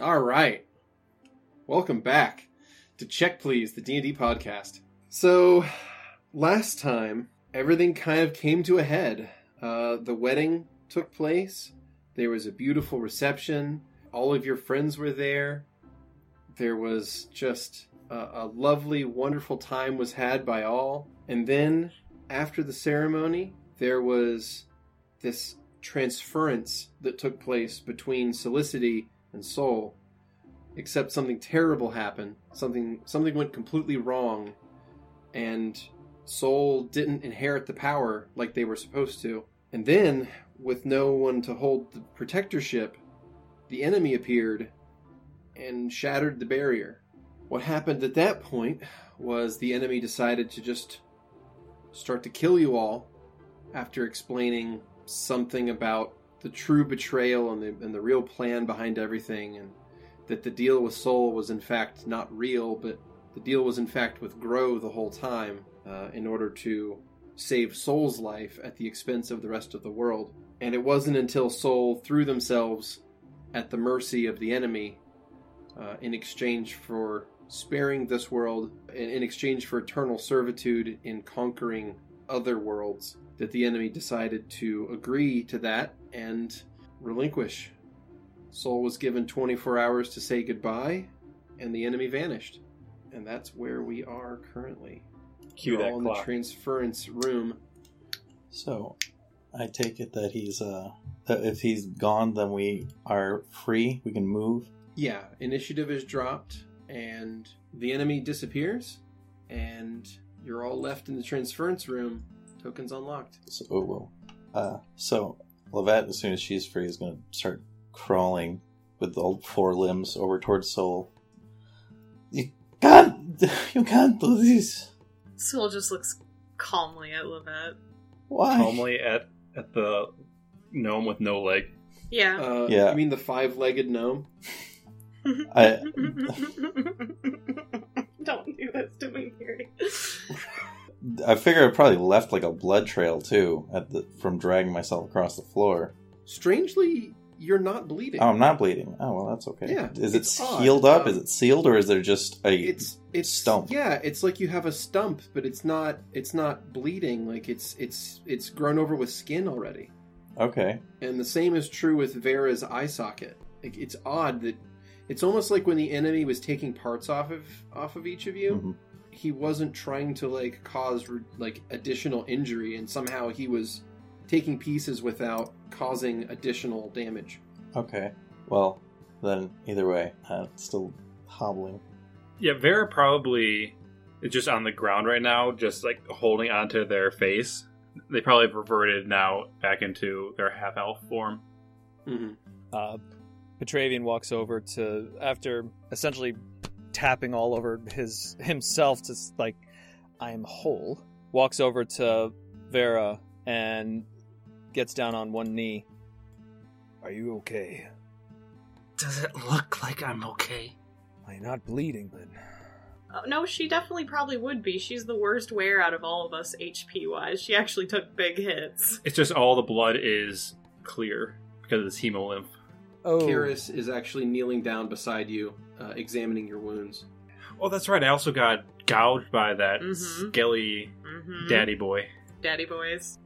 All right. Welcome back to Check Please, the D&D podcast. So, last time everything kind of came to a head. Uh, the wedding took place. There was a beautiful reception. All of your friends were there. There was just a, a lovely, wonderful time was had by all. And then after the ceremony, there was this transference that took place between Solicity and Soul. Except something terrible happened. Something something went completely wrong, and Soul didn't inherit the power like they were supposed to. And then, with no one to hold the protectorship, the enemy appeared and shattered the barrier. What happened at that point was the enemy decided to just start to kill you all after explaining something about the true betrayal and the, and the real plan behind everything, and that the deal with Soul was in fact not real, but the deal was in fact with Grow the whole time uh, in order to save Soul's life at the expense of the rest of the world. And it wasn't until Soul threw themselves at the mercy of the enemy uh, in exchange for sparing this world, in, in exchange for eternal servitude in conquering other worlds, that the enemy decided to agree to that and relinquish. Soul was given 24 hours to say goodbye, and the enemy vanished. And that's where we are currently. Cue We're that all in the clock. transference room. So, I take it that he's uh that if he's gone, then we are free. We can move. Yeah, initiative is dropped, and the enemy disappears, and you're all left in the transference room. Tokens unlocked. So, oh, well. uh, so Levette, as soon as she's free, is gonna start crawling with all four limbs over towards Soul. You can't, you can't do this. Soul just looks calmly at Levette. Why? Calmly at at the gnome with no leg. Yeah. Uh, Yeah. You mean the five-legged gnome? I- Don't do this to me, Gary. I figure I probably left like a blood trail too at the from dragging myself across the floor. Strangely, you're not bleeding. Oh, I'm not bleeding. Oh well, that's okay. Yeah, is it's it odd. healed up? Um, is it sealed, or is there just a? it's it's stump. Yeah, it's like you have a stump, but it's not it's not bleeding. Like it's it's it's grown over with skin already. Okay. And the same is true with Vera's eye socket. Like it's odd that it's almost like when the enemy was taking parts off of off of each of you. Mhm. he wasn't trying to like cause like additional injury and somehow he was taking pieces without causing additional damage Okay. Well, then either way, uh, it's still hobbling. Yeah, Vera probably is just on the ground right now, just like holding onto their face. They probably have reverted now back into their half elf form. Uh, Petravian walks over to after essentially tapping all over his himself to s- like I am whole. Walks over to Vera and gets down on one knee. Are you okay? Does it look like I'm okay? I'm not bleeding, but Oh, no, she definitely probably would be. She's the worst wear out of all of us HP wise. She actually took big hits. It's just all the blood is clear because it's hemolymph. oh, Kiris is actually kneeling down beside you uh, examining your wounds Oh, that's right. I also got gouged by that Mhm. skelly Mm-hmm. daddy boy. Daddy boys.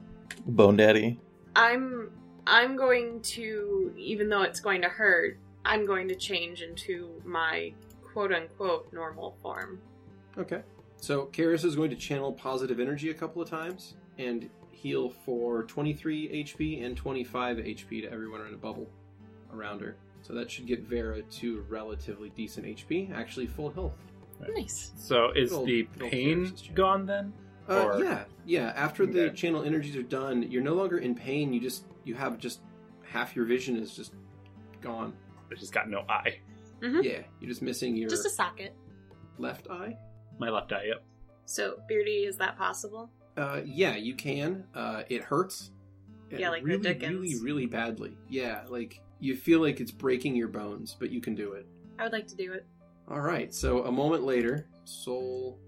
Bone Daddy. I'm I'm going to even though it's going to hurt, I'm going to change into my quote unquote normal form. okay so Karis is going to channel positive energy a couple of times and heal for 23 hp and 25 hp to everyone in a bubble around her so that should get vera to relatively decent hp actually full health Nice. So is Little- the little pain pierces, yeah. gone then? Uh, Or- yeah, yeah. After the Okay. channel energies are done, you're no longer in pain. You just you have just half your vision is just gone. I just got no eye. Hmm. Yeah, you're Mm-hmm. just missing your Just a socket. left eye. My left eye, yep. So, Beardy, is that possible? Uh, yeah, you can. Uh, it hurts. Yeah, like the really, Dickens. really, really badly. Yeah, like you feel like it's breaking your bones, but you can do it. I would like to do it. All right. So a moment later, soul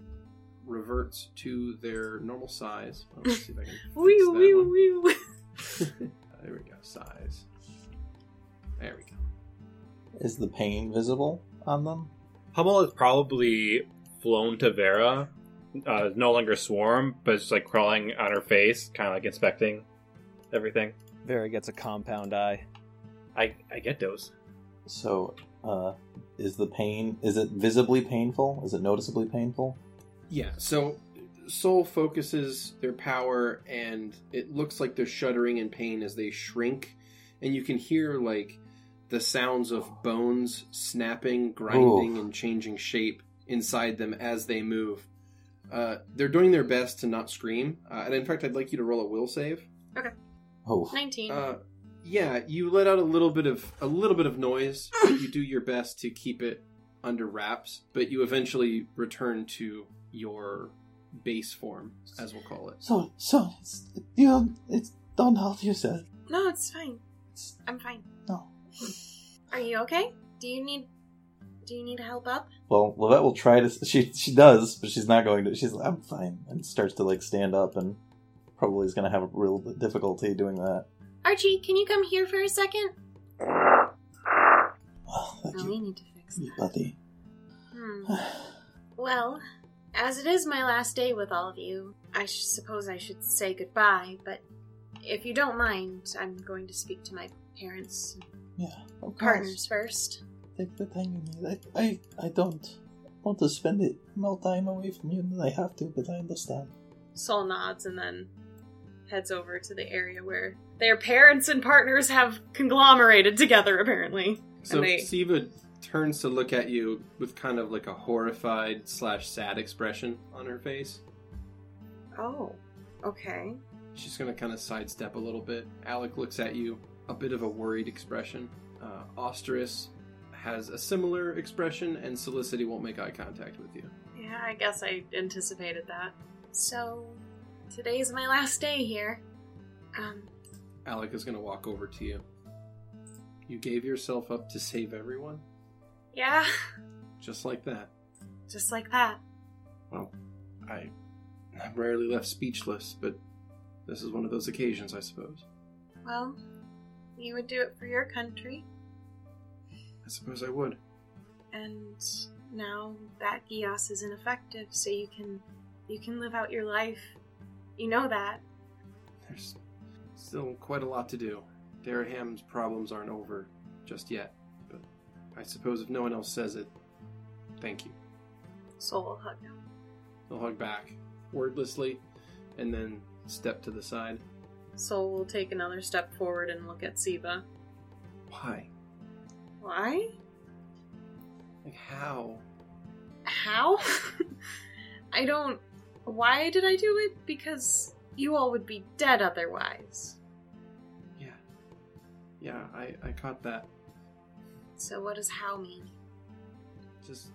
reverts to their normal size. Let's see if I can. fix Wee that wee one. wee. there we go. Size. There we go. Is the pain visible on them? Hummel has probably flown to Vera. Uh, is no longer swarm, but it's like crawling on her face, kind of like inspecting everything. Vera gets a compound eye. I I get those. So, uh, is the pain? Is it visibly painful? Is it noticeably painful? Yeah, so Soul focuses their power, and it looks like they're shuddering in pain as they shrink, and you can hear like the sounds of bones snapping, grinding, Oof. and changing shape inside them as they move. Uh, they're doing their best to not scream, uh, and in fact, I'd like you to roll a will save. Oh, 19. Uh, yeah, you let out a little bit of a little bit of noise. but you do your best to keep it under wraps, but you eventually return to your base form, as we'll call it. so so it's you. Don't, it's don't help yourself. no, it's fine. It's, I'm fine. no. Are you okay? Do you need do you need help up? Well, Levette will try to. She she does, but she's not going to. She's like, I'm fine, and starts to like stand up, and probably is going to have a real difficulty doing that. Archie, can you come here for a second? Oh, thank Oh, you, we need to fix you that. buddy. Hmm. Well, as it is my last day with all of you, I sh- suppose I should say goodbye, but if you don't mind, I'm going to speak to my parents and yeah, of course. partners first. Take the time you need. I I, I don't want to spend it more time away from you than I have to, but I understand. Sol nods and then heads over to the area where their parents and partners have conglomerated together, apparently. So And they- Siva turns to look at you with kind of like a horrified slash sad expression on her face. Oh, okay. She's gonna kind of sidestep a little bit. Alec looks at you, a bit of a worried expression. Uh, Osterus has a similar expression, and Solicity won't make eye contact with you. Yeah, I guess I anticipated that. So, today's my last day here. Um, Alec is going to walk over to you. You gave yourself up to save everyone, yeah, just like that. just like that. I, I'm rarely left speechless, but this is one of those occasions, I suppose. Well, you would do it for your country, I suppose I would. and now that Gios is ineffective, so you can you can live out your life. You know that. There's still quite a lot to do. Daraham's problems aren't over just yet, but I suppose if no one else says it, thank you. Soul will hug him. He'll hug back, wordlessly, and then step to the side. Soul will take another step forward and look at Siva. Why? Why? Like, how? How? I don't. Why did I do it? Because you all would be dead otherwise. Yeah. Yeah, I, I caught that. So what does how mean? just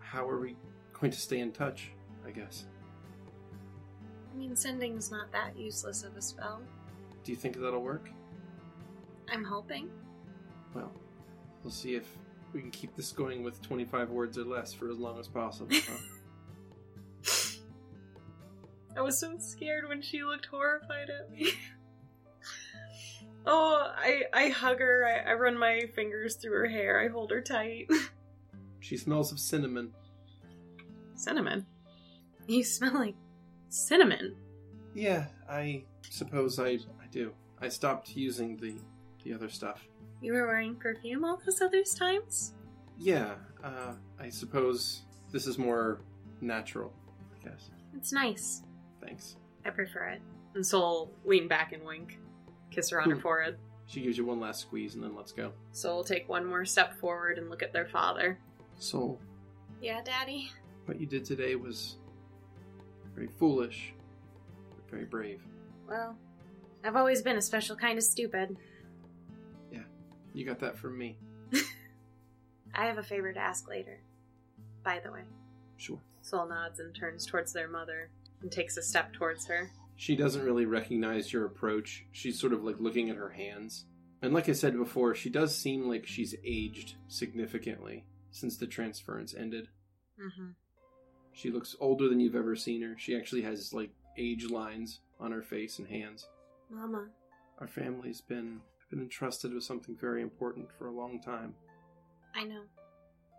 how are we going to stay in touch i guess I mean, sending's not that useless of a spell. do you think that'll work I'm hoping. well we'll see if we can keep this going with 25 words or less for as long as possible huh? I was so scared when she looked horrified at me. oh, I I hug her. I, I run my fingers through her hair. I hold her tight. she smells of cinnamon Cinnamon. You smell like cinnamon. yeah i suppose i i do i stopped using the the other stuff You were wearing perfume all those other times. yeah uh i suppose this is more natural i guess It's nice. thanks I prefer it. And Soul lean back and wink, kiss her on her Hmm. forehead. she gives you one last squeeze and then let's go Soul take one more step forward and look at their father. soul Yeah, Daddy. What you did today was very foolish, but very brave. Well, I've always been a special kind of stupid. You got that from me. I have a favor to ask later. By the way. Sure. Sol nods and turns towards their mother and takes a step towards her. She doesn't really recognize your approach. She's sort of like looking at her hands. And like I said before, she does seem like she's aged significantly since the transference ended. Mm-hmm. She looks older than you've ever seen her. She actually has like age lines on her face and hands. Mama, Our family's been been entrusted with something very important for a long time. I know.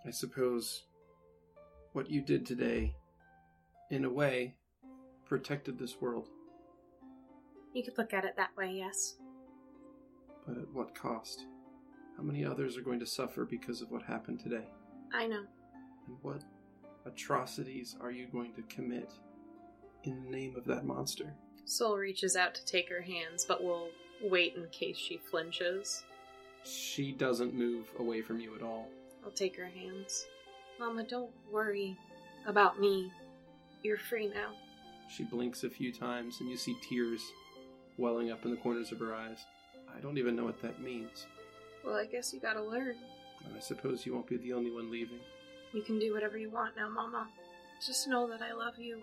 I suppose what you did today, in a way, protected this world, You could look at it that way, yes. but at what cost? How many others are going to suffer because of what happened today? I know. And what atrocities are you going to commit in the name of that monster? Soul reaches out to take her hands, but will wait in case she flinches. She doesn't move away from you at all. I'll take her hands. Mama, don't worry about me. You're free now. She blinks a few times, and you see tears welling up in the corners of her eyes. I don't even know what that means, Well, I guess you gotta learn. and I suppose you won't be the only one leaving. You can do whatever you want now, Mama. Just know that I love you.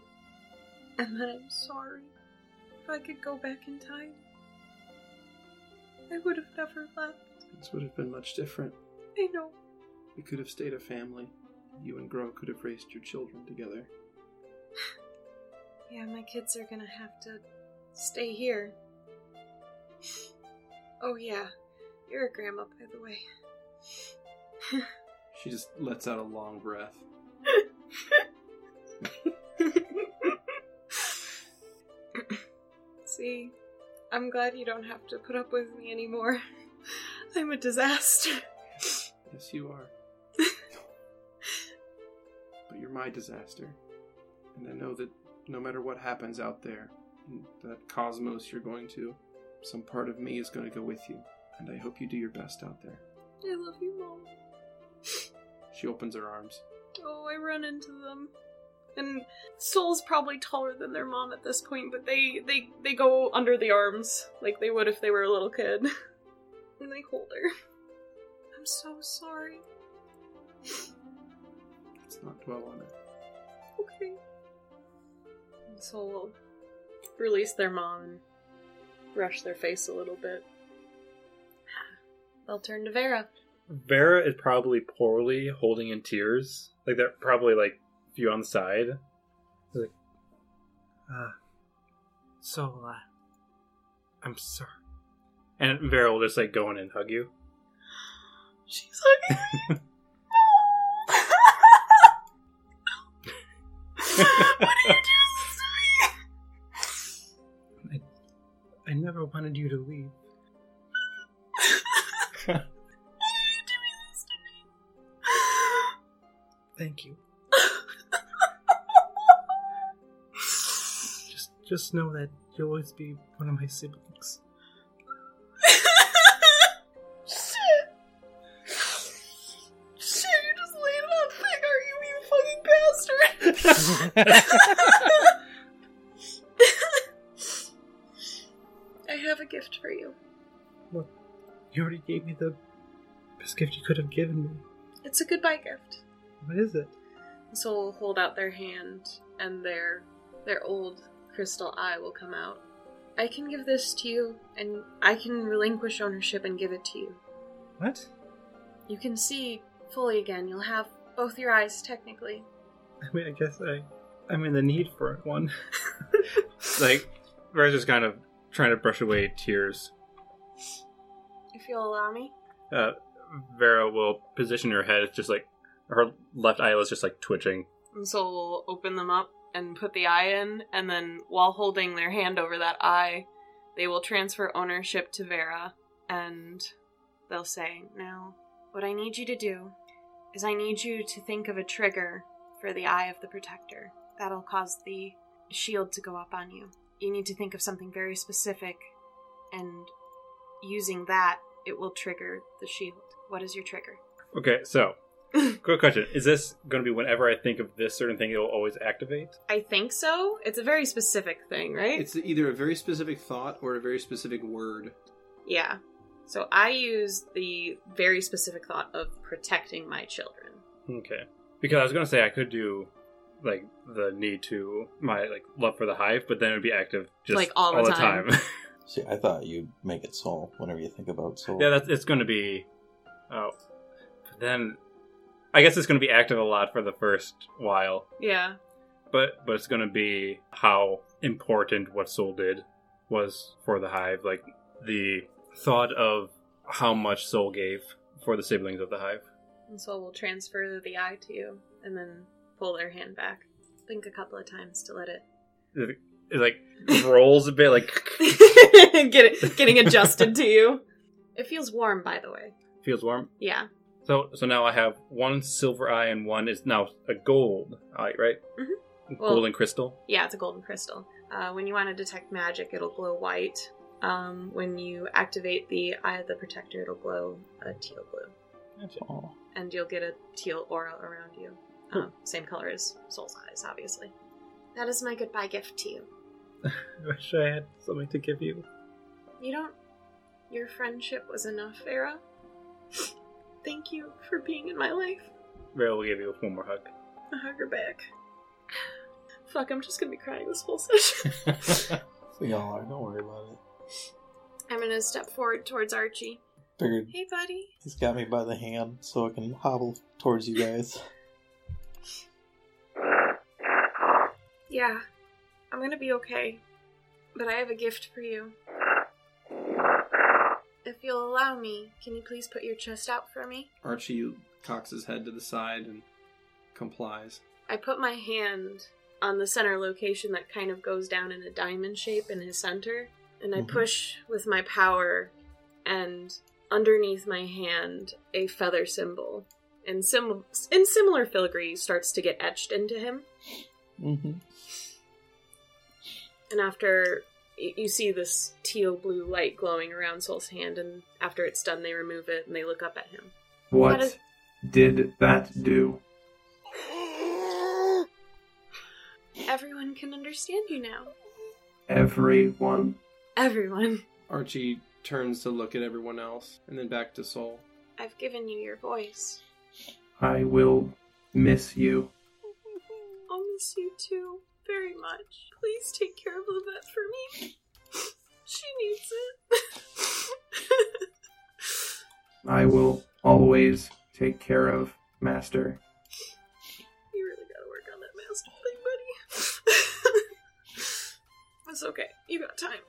And that I'm sorry. If I could go back in time, I would have never left. Things would have been much different. I know. We could have stayed a family. You and Gro could have raised your children together. Yeah, my kids are gonna have to stay here. Oh, yeah. You're a grandma, by the way. She just lets out a long breath. See, I'm glad you don't have to put up with me anymore. I'm a disaster. Yes, you are. but you're my disaster. And I know that no matter what happens out there, in that cosmos you're going to, some part of me is going to go with you. And I hope you do your best out there. I love you, Mom. She opens her arms. Oh, I run into them. And Soul's probably taller than their mom at this point, but they they they go under the arms like they would if they were a little kid. And they hold her. I'm so sorry. Let's not dwell on it. Okay. Soul will release their mom and brush their face a little bit. They'll turn to Vera. Vera is probably poorly holding in tears. Like they're probably like few on the side. "Ah, Uh, so, uh, I'm sorry. And Vera will just like go in and hug you. She's hugging me. what are you doing I never wanted you to leave. this to Thank you. me? Just, just know that you'll always be one of my siblings. Shit. Shit, you just laid it on thick, are you, you fucking bastard? I have a gift for you. You already gave me the best gift you could have given me. It's a goodbye gift. What is it? Soul will hold out their hand, and their their old crystal eye will come out. I can give this to you, and I can relinquish ownership and give it to you. What? You can see fully again. You'll have both your eyes, technically. I mean, I guess I, I'm in the need for one. Like Vera's just kind of trying to brush away tears. If you'll allow me. Uh, Vera will position her head just like her left eyelid's just like twitching. And Soul will open them up and put the eye in, and then while holding their hand over that eye, they will transfer ownership to Vera, and They'll say, Now, what I need you to do is I need you to think of a trigger for the Eye of the Protector. That'll cause the shield to go up on you. You need to think of something very specific, and using that, it will trigger the shield. What is your trigger? Okay, so quick question: Is this going to be whenever I think of this certain thing, it will always activate? I think so. It's a very specific thing, right? It's either a very specific thought or a very specific word. Yeah. So I use the very specific thought of protecting my children. Okay, because I was going to say I could do like the need to my like love for the hive, but then it would be active just Like, all the time. See, I thought you'd make it soul whenever you think about soul. yeah, that's it's going to be. Oh, but then I guess it's going to be active a lot for the first while. Yeah. but but it's going to be how important what Soul did was for the hive. Like the thought of how much Soul gave for the siblings of the Hive. And so we'll transfer the eye to you and then pull their hand back. Blink a couple of times to let it It like rolls a bit, like Get it, getting adjusted to you. It feels warm, by the way. feels warm. Yeah. So so now I have one silver eye and one is now a gold eye, right? Mm-hmm. Well- Golden crystal. Yeah, it's a golden crystal. Uh, when you want to detect magic, it'll glow white. Um, when you activate the Eye of the Protector, it'll glow a teal blue. Oh, And you'll get a teal aura around you. Um, same color as Soul's eyes, obviously. That is my goodbye gift to you. I wish I had something to give you. You don't. Your friendship was enough, Vera. Thank you for being in my life. Vera will give you one more hug. I hug her back. Fuck, I'm just gonna be crying this whole session. we all are. Don't worry about it. I'm gonna step forward towards Archie. Figured Hey, buddy. he's got me by the hand so I can hobble towards you guys. Yeah, I'm gonna be okay. But I have a gift for you. If you'll allow me, can you please put your chest out for me? Archie cocks his head to the side and complies. I put my hand on the center location that kind of goes down in a diamond shape in his center, and I Mhm. push with my power, and underneath my hand, a feather symbol. And sim- in similar filigree starts to get etched into him. Mm-hmm. And after y- you see this teal blue light glowing around Soul's hand, and after it's done, they remove it and they look up at him. What That is- did that do? Everyone can understand you now. Everyone. Everyone, Archie turns to look at everyone else and then back to Soul. I've given you your voice. I will miss you. I'll miss you too very much. Please take care of Lovette for me. She needs it. I will always take care of Master. you really gotta work on that master thing, buddy. it's okay. You got time.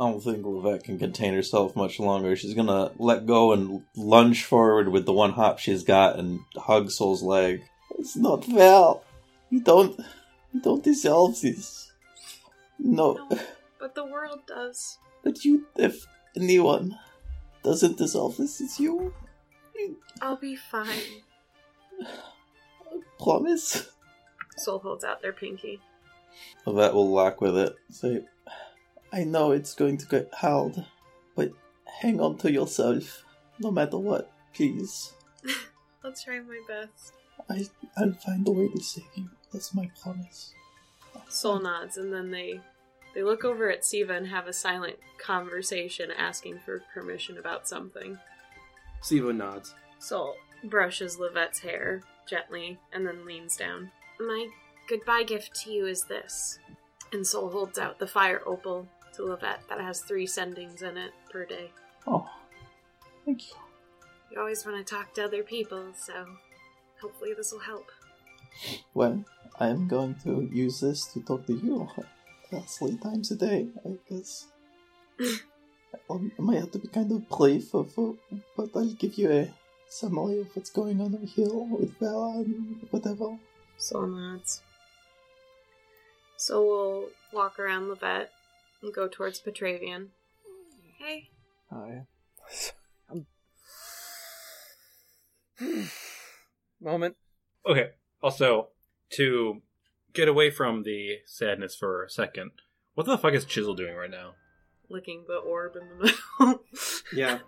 I don't think Levette can contain herself much longer. She's gonna let go and lunge forward with the one hop she's got and hug Soul's leg. It's not well. You don't, you don't deserve this. No, No, but the world does. but you, if anyone doesn't deserve this, it's you. You I'll be fine. promise. Soul holds out their pinky. Levette will lock with it. Say, I know it's going to get hard, but hang on to yourself, no matter what. Please. I'll try my best. I'll find a way to save you. That's my promise. Soul nods, and then they they look over at Siva and have a silent conversation, asking for permission about something. Siva nods. Soul brushes Livette's hair gently and then leans down. My goodbye gift to you is this. And Soul holds out the fire opal to Livette that has three sendings in it per day. Oh, thank you. You always want to talk to other people, so hopefully this will help. Well, I am going to use this to talk to you uh, three times a day, I guess. um, I might have to be kind of brave, of, uh, but I'll give you a summary of what's going on over here with Bella and whatever. Soul nods. So we'll walk around Livette and go towards Petravian. Hey, I. I'm... Moment. Okay. Also, to get away from the sadness for a second, what the fuck is Chisel doing right now? Licking the orb in the middle. Yeah.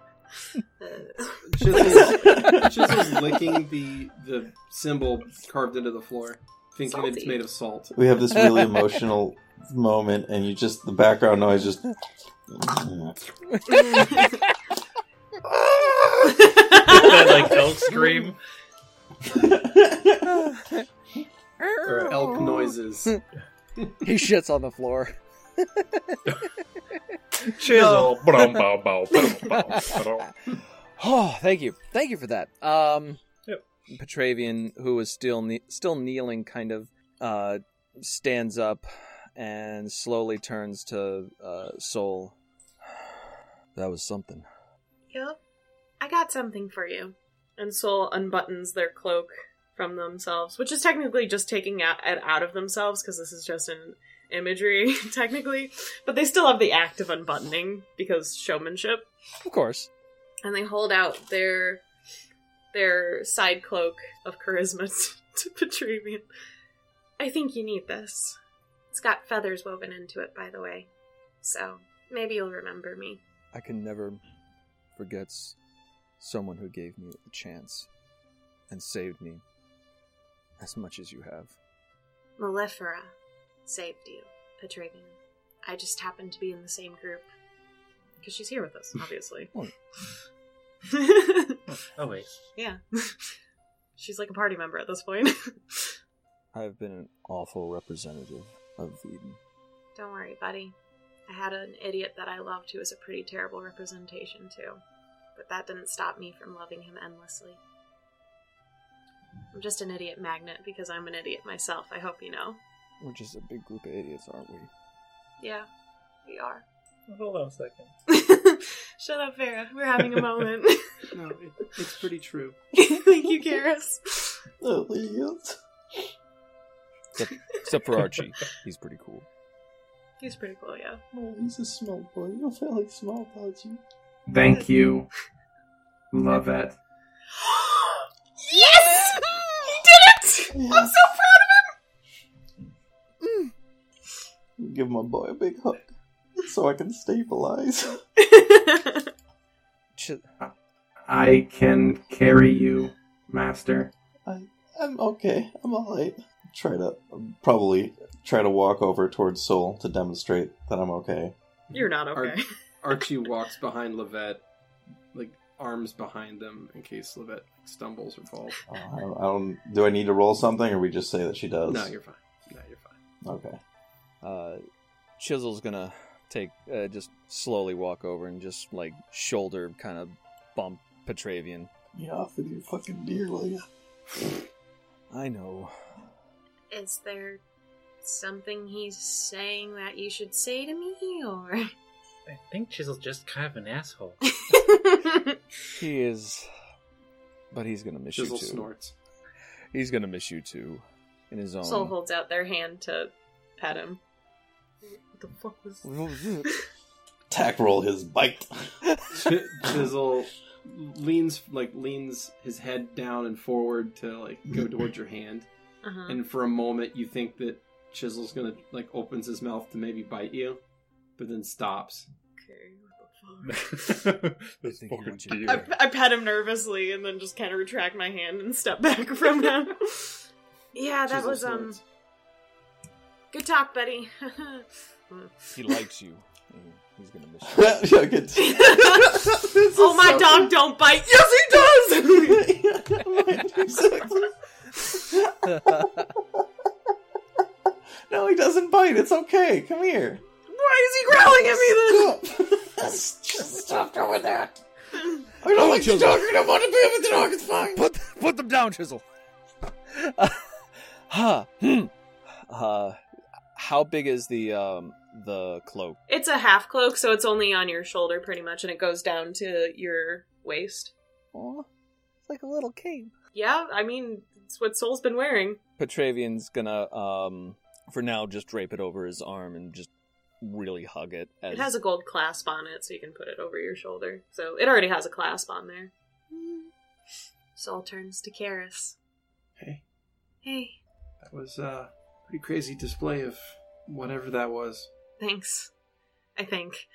Uh, Chisel's, Chisel's licking the the symbol carved into the floor, thinking that it's Salty. made of salt. We have this really emotional moment, and you just, the background noise just. Uh, that like elk scream. Or elk noises. He shits on the floor. Chisel. Brum, bow, bow, bow, bow, bow. Oh, thank you, thank you for that. Um, Yep. Petravian, who is still kne- still kneeling, kind of uh, stands up and slowly turns to uh, Soul. That was something. Yep. I got something for you. And Soul unbuttons their cloak from themselves, which is technically just taking out it out of themselves because this is just an imagery, technically. But they still have the act of unbuttoning because showmanship. Of course. And they hold out their their side cloak of charisma to Petravian. I think you need this. It's got feathers woven into it, by the way. So maybe you'll remember me. I can never forget s- someone who gave me a chance and saved me as much as you have. Malefera saved you, Petravian. I just happened to be in the same group. Because she's here with us, obviously. Oh. Oh wait. yeah. she's like a party member at this point. I have been an awful representative of Eden. Don't worry, buddy. I had an idiot that I loved who was a pretty terrible representation, too. But that didn't stop me from loving him endlessly. I'm just an idiot magnet because I'm an idiot myself, I hope you know. We're just a big group of idiots, aren't we? Yeah, we are. Hold on a second. Shut up, Vera. We're having a moment. No, it, it's pretty true. Thank you, Karis. Oh, yes. Except for Archie. He's pretty cool. He's pretty cool, yeah. Well, he's a small boy. You'll feel like small about you. Thank you, Lovette. yes! He did it! I'm so Give my boy a big hug so I can stabilize. proud of him! Ch- I can carry you, Master. I'm okay. I'm alright. Try to um, probably try to walk over towards Soul to demonstrate that I'm okay. You're not okay. Archie walks behind Levette, like arms behind them in case Levette like, stumbles or falls. Uh, I don't, I don't. Do I need to roll something, or we just say that she does? No, you're fine. No, you're fine. okay. uh, Chisel's gonna take uh, just slowly walk over and just like shoulder kind of bump Petravian. Yeah, off with your fucking deer, will you? I know. Is there something he's saying that you should say to me, or. I think Chisel's just kind of an asshole. He is, but he's gonna miss Chisel you too. snorts. He's gonna miss you too, in his own. Soul holds out their hand to pet him. What the fuck was Tack roll his bite. Ch- Chisel leans like leans his head down and forward to like go towards your hand, Uh-huh. and for a moment you think that Chisel's gonna like opens his mouth to maybe bite you, but then stops. Okay, what the fuck? this think he fucking wants deer. you back. I, I pet him nervously and then just kind of retract my hand and step back from him. Yeah, that Chisel was, um. snorts. Good talk, buddy. Oh, he likes you. and He's gonna miss you. yeah, good. oh, my dog don't bite. Yes, he does! no, he doesn't bite. It's okay. Come here. Why Stop. Just stop doing that. I don't like the dog. I don't want to be with the dog. It's fine. put put them down, Chisel. uh, huh, hmm. Uh, how big is the um the cloak? It's a half cloak, so it's only on your shoulder pretty much, and it goes down to your waist. Aw, it's like a little cape. Yeah, I mean, it's what Soul's been wearing. Petravian's gonna, um, for now, just drape it over his arm and just really hug it. As, It has a gold clasp on it, so you can put it over your shoulder. So it already has a clasp on there. Soul turns to Karis. Hey, Hey, that was uh, pretty crazy display of whatever that was. thanks. I think.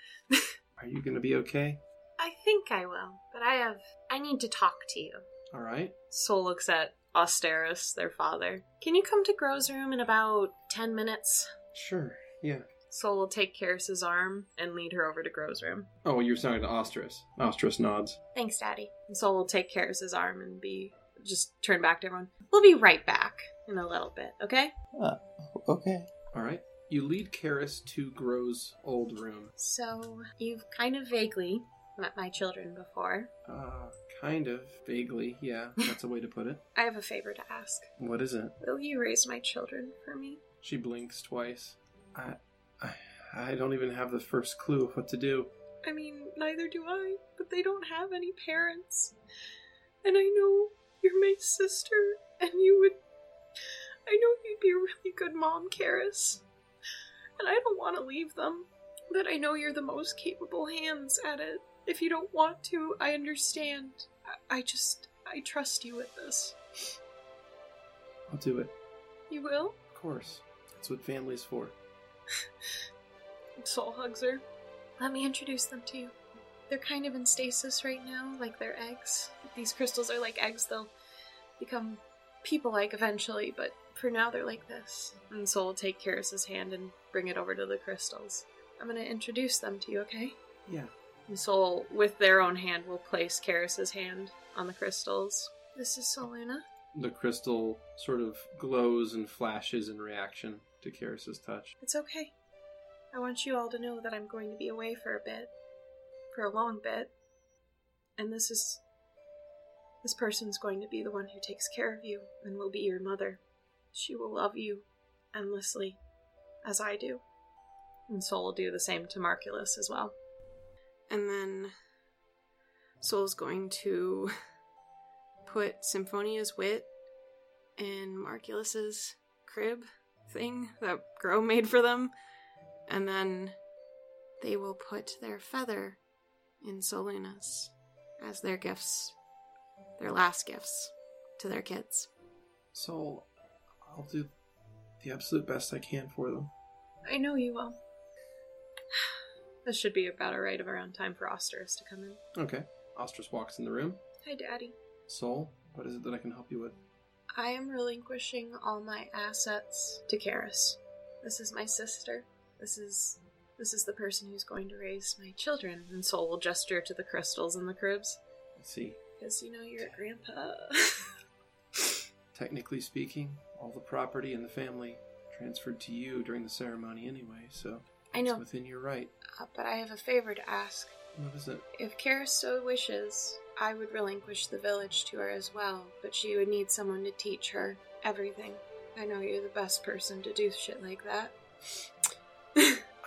Are you gonna be okay? I think I will, but I have. I need to talk to you. All right. Soul looks at Austerus, their father. Can you come to Gro's room in about 10 minutes? Sure. Yeah. Soul will take Karis's arm and lead her over to Gro's room. Oh, you're talking to Osterus. Osterus nods. Thanks, Daddy. And Soul will take Karis's arm and be just turn back to everyone. We'll be right back in a little bit, okay? Okay. All right. You lead Karis to Gro's old room. So, you've kind of vaguely met my children before. Uh, kind of vaguely. Yeah, that's a way to put it. I have a favor to ask. What is it? Will you raise my children for me? She blinks twice. I, I, I don't even have the first clue of what to do. I mean, neither do I, but they don't have any parents. And I know you're my sister, and you would. I know you'd be a really good mom, Karis. And I don't want to leave them, but I know you're the most capable hands at it. If you don't want to, I understand. I, I just. I trust you with this. I'll do it. You will? Of course. That's what family's for. Soul hugs her. Let me introduce them to you. They're kind of in stasis right now, like they're eggs. These crystals are like eggs, they'll become people like eventually, but for now they're like this. And Soul will take Karis's hand and bring it over to the crystals. I'm gonna introduce them to you, okay? Yeah. And Soul, with their own hand, will place Karis's hand on the crystals. This is Soluna. The crystal sort of glows and flashes in reaction to Karis's touch. It's okay. I want you all to know that I'm going to be away for a bit. For a long bit. And this is. This person's going to be the one who takes care of you and will be your mother. She will love you endlessly, as I do. And Soul will do the same to Marculus as well. And then Soul's going to put Symphonia's wit in Marculus's crib thing that Grow made for them, and then they will put their feather in Soluna's as their gifts, their last gifts to their kids. So I'll do the absolute best I can for them. I know you will. This should be about a right around time for Osterus to come in. Okay. Ostris walks in the room. Hi, Daddy. Soul, what is it that I can help you with? I am relinquishing all my assets to Karis. This is my sister. This is this is the person who's going to raise my children. And Soul will gesture to the crystals in the cribs. Let's see. Because you know you're a grandpa. Technically speaking, all the property and the family transferred to you during the ceremony anyway, so I it's know, within your right. uh, but I have a favor to ask. What is it? If Karis so wishes, I would relinquish the village to her as well, but she would need someone to teach her everything. I know you're the best person to do shit like that.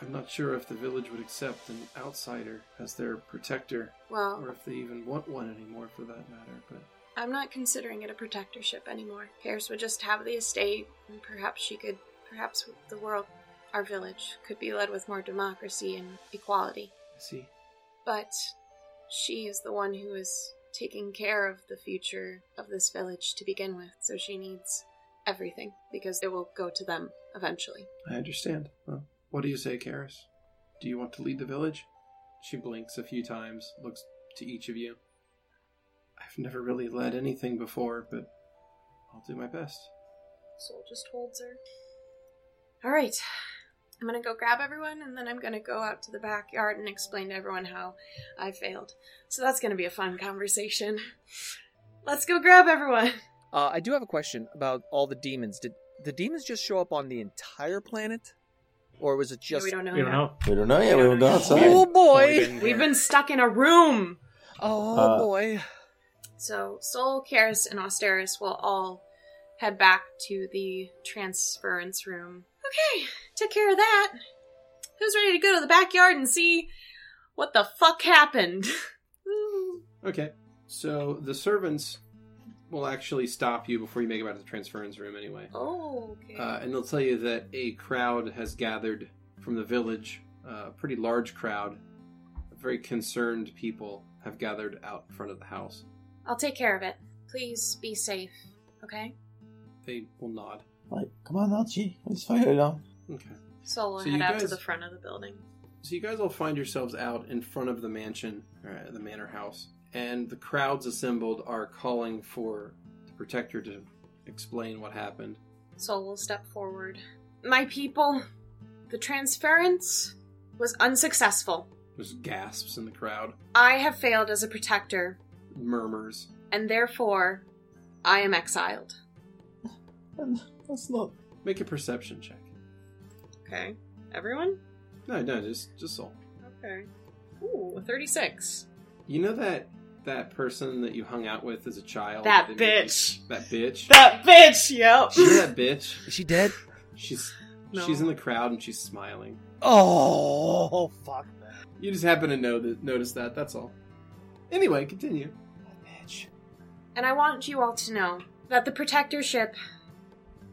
I'm not sure if the village would accept an outsider as their protector, Well, or if they even want one anymore for that matter, but I'm not considering it a protectorship anymore. Karis would just have the estate, and perhaps she could, perhaps the world, our village, could be led with more democracy and equality. I see. But she is the one who is taking care of the future of this village to begin with, so she needs everything because it will go to them eventually. I understand. Well, what do you say, Karis? Do you want to lead the village? She blinks a few times, looks to each of you. I've never really led anything before, but I'll do my best. Soul just holds her. All right. I'm going to go grab everyone and then I'm going to go out to the backyard and explain to everyone how I failed. So that's going to be a fun conversation. Let's go grab everyone! Uh, I do have a question about all the demons. Did the demons just show up on the entire planet, or was it just? we don't know. You know, We don't know yet. We haven't gone oh outside. boy! We've been stuck in a room! Oh Uh, boy! So Soul, Karis, and Austeris will all head back to the transference room. Okay, took care of that. Who's ready to go to the backyard and see what the fuck happened? Okay. So the servants will actually stop you before you make it out to the transference room, anyway. Oh, okay. Uh, and they'll tell you that a crowd has gathered from the village. Uh, a pretty large crowd. Very concerned people have gathered out in front of the house. I'll take care of it. Please be safe, okay? They will nod. Like, come on, Alchi. Let's fire now. Okay. Soul will So head you out to guys- the front of the building. So you guys all find yourselves out in front of the mansion, uh, the manor house, and the crowds assembled are calling for the protector to explain what happened. Soul will step forward. My people, the transference was unsuccessful. There's gasps in the crowd, I have failed as a protector, murmurs. and therefore I am exiled. And That's not. Make a perception check. Okay. Everyone? No, no, just just soul. Okay. Ooh, a 36. You know that that person that you hung out with as a child. That made you- bitch. That bitch. That bitch, yep. you know that bitch. Is she dead? She's No. She's in the crowd and she's smiling. Oh, fuck that You just happen to know that, notice that. That's all. Anyway, continue. bitch. And I want you all to know that the protectorship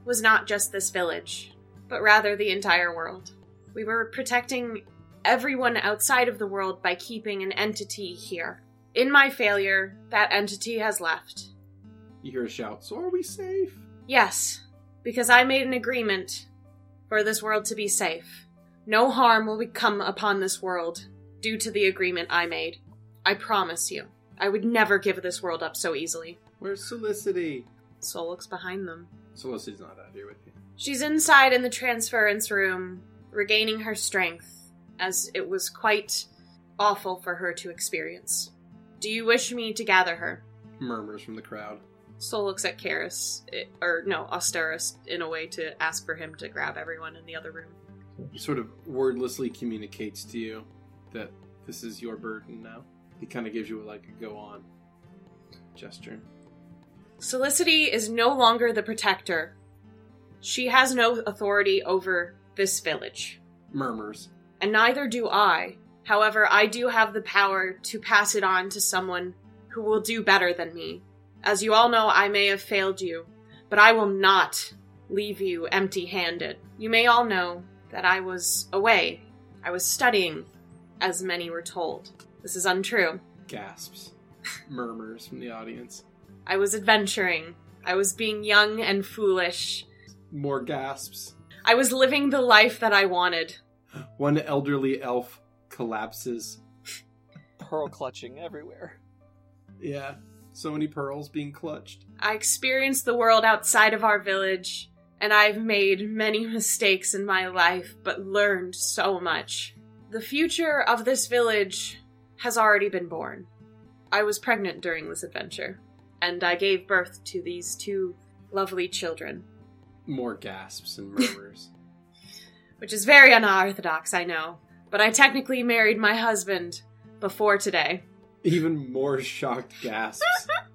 was not just this village, but rather the entire world. We were protecting everyone outside of the world by keeping an entity here. In my failure, that entity has left. You hear a shout. So are we safe? Yes, because I made an agreement for this world to be safe. No harm will come upon this world due to the agreement I made. I promise you, I would never give this world up so easily. Where's Solicity? Soul looks behind them. Solicity's not out here with you. She's inside in the transference room, regaining her strength, as it was quite awful for her to experience. Do you wish me to gather her? Murmurs from the crowd. Sol looks at Karis, eh, it- or no, Austerus, in a way to ask for him to grab everyone in the other room. He sort of wordlessly communicates to you that this is your burden now. He kind of gives you like a go on gesture. Solicity is no longer the protector. She has no authority over this village, Murmurs. and neither do I. However, I do have the power to pass it on to someone who will do better than me. As you all know, I may have failed you, but I will not leave you empty handed. You may all know that I was away. I was studying, as many were told. This is untrue. Gasps. Murmurs from the audience. I was adventuring. I was being young and foolish. More gasps. I was living the life that I wanted. One elderly elf collapses. Pearl clutching everywhere. Yeah. So many pearls being clutched. I experienced the world outside of our village, and I've made many mistakes in my life, but learned so much. The future of this village has already been born. I was pregnant during this adventure, and I gave birth to these two lovely children, More gasps and murmurs. which is very unorthodox, I know, but I technically married my husband before today. Even more shocked gasps.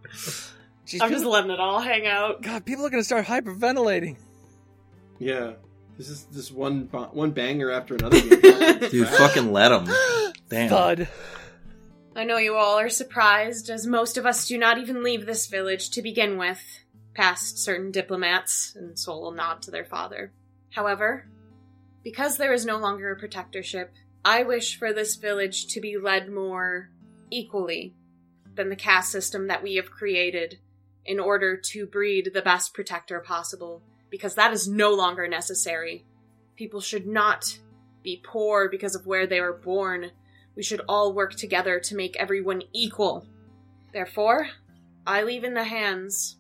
Jeez, I'm people- just letting it all hang out. God, people are gonna start hyperventilating. Yeah. This is this one ba- one banger after another. being- Dude, fucking let him. Damn. Thud. I know you all are surprised, as most of us do not even leave this village to begin with, past certain diplomats, and Sol will nod to their father. However, because there is no longer a protectorship, I wish for this village to be led more equally than the caste system that we have created in order to breed the best protector possible, because that is no longer necessary. People should not be poor because of where they were born, we should all work together to make everyone equal. Therefore, I leave in the hands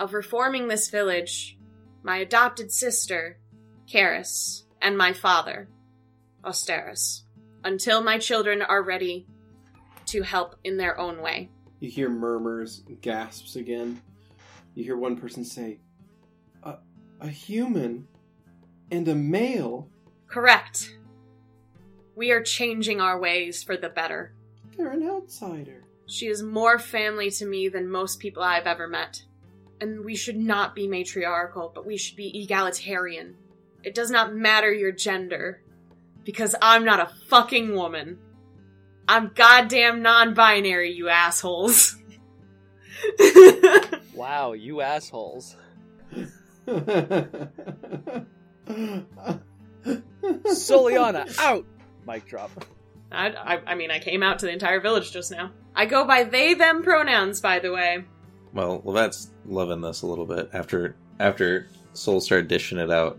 of reforming this village my adopted sister, Caris, and my father, Austerus, until my children are ready to help in their own way. You hear murmurs, and gasps again. You hear one person say, "A, a human and a male. Correct. We are changing our ways for the better. They're an outsider." She is more family to me than most people I've ever met. And we should not be matriarchal, but we should be egalitarian. It does not matter your gender, because I'm not a fucking woman. I'm goddamn non binary, you assholes. Wow, you assholes. Soliana out. Mic drop. I, I, I mean, I came out to the entire village just now. I go by they, them pronouns, by the way. Well, Levat's loving this a little bit after after Soul started dishing it out.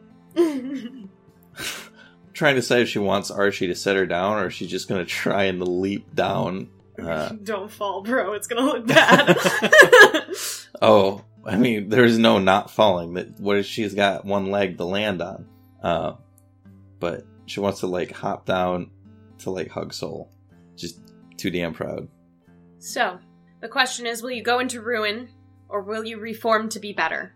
trying to decide if she wants Archie to set her down or if she's just going to try and leap down. Uh, Don't fall, bro. It's gonna look bad. oh, I mean, there's no not falling. That what if she's got one leg to land on? Uh, but she wants to like hop down to like hug Soul. Just too damn proud. so, the question is will you go into ruin, or will you reform to be better?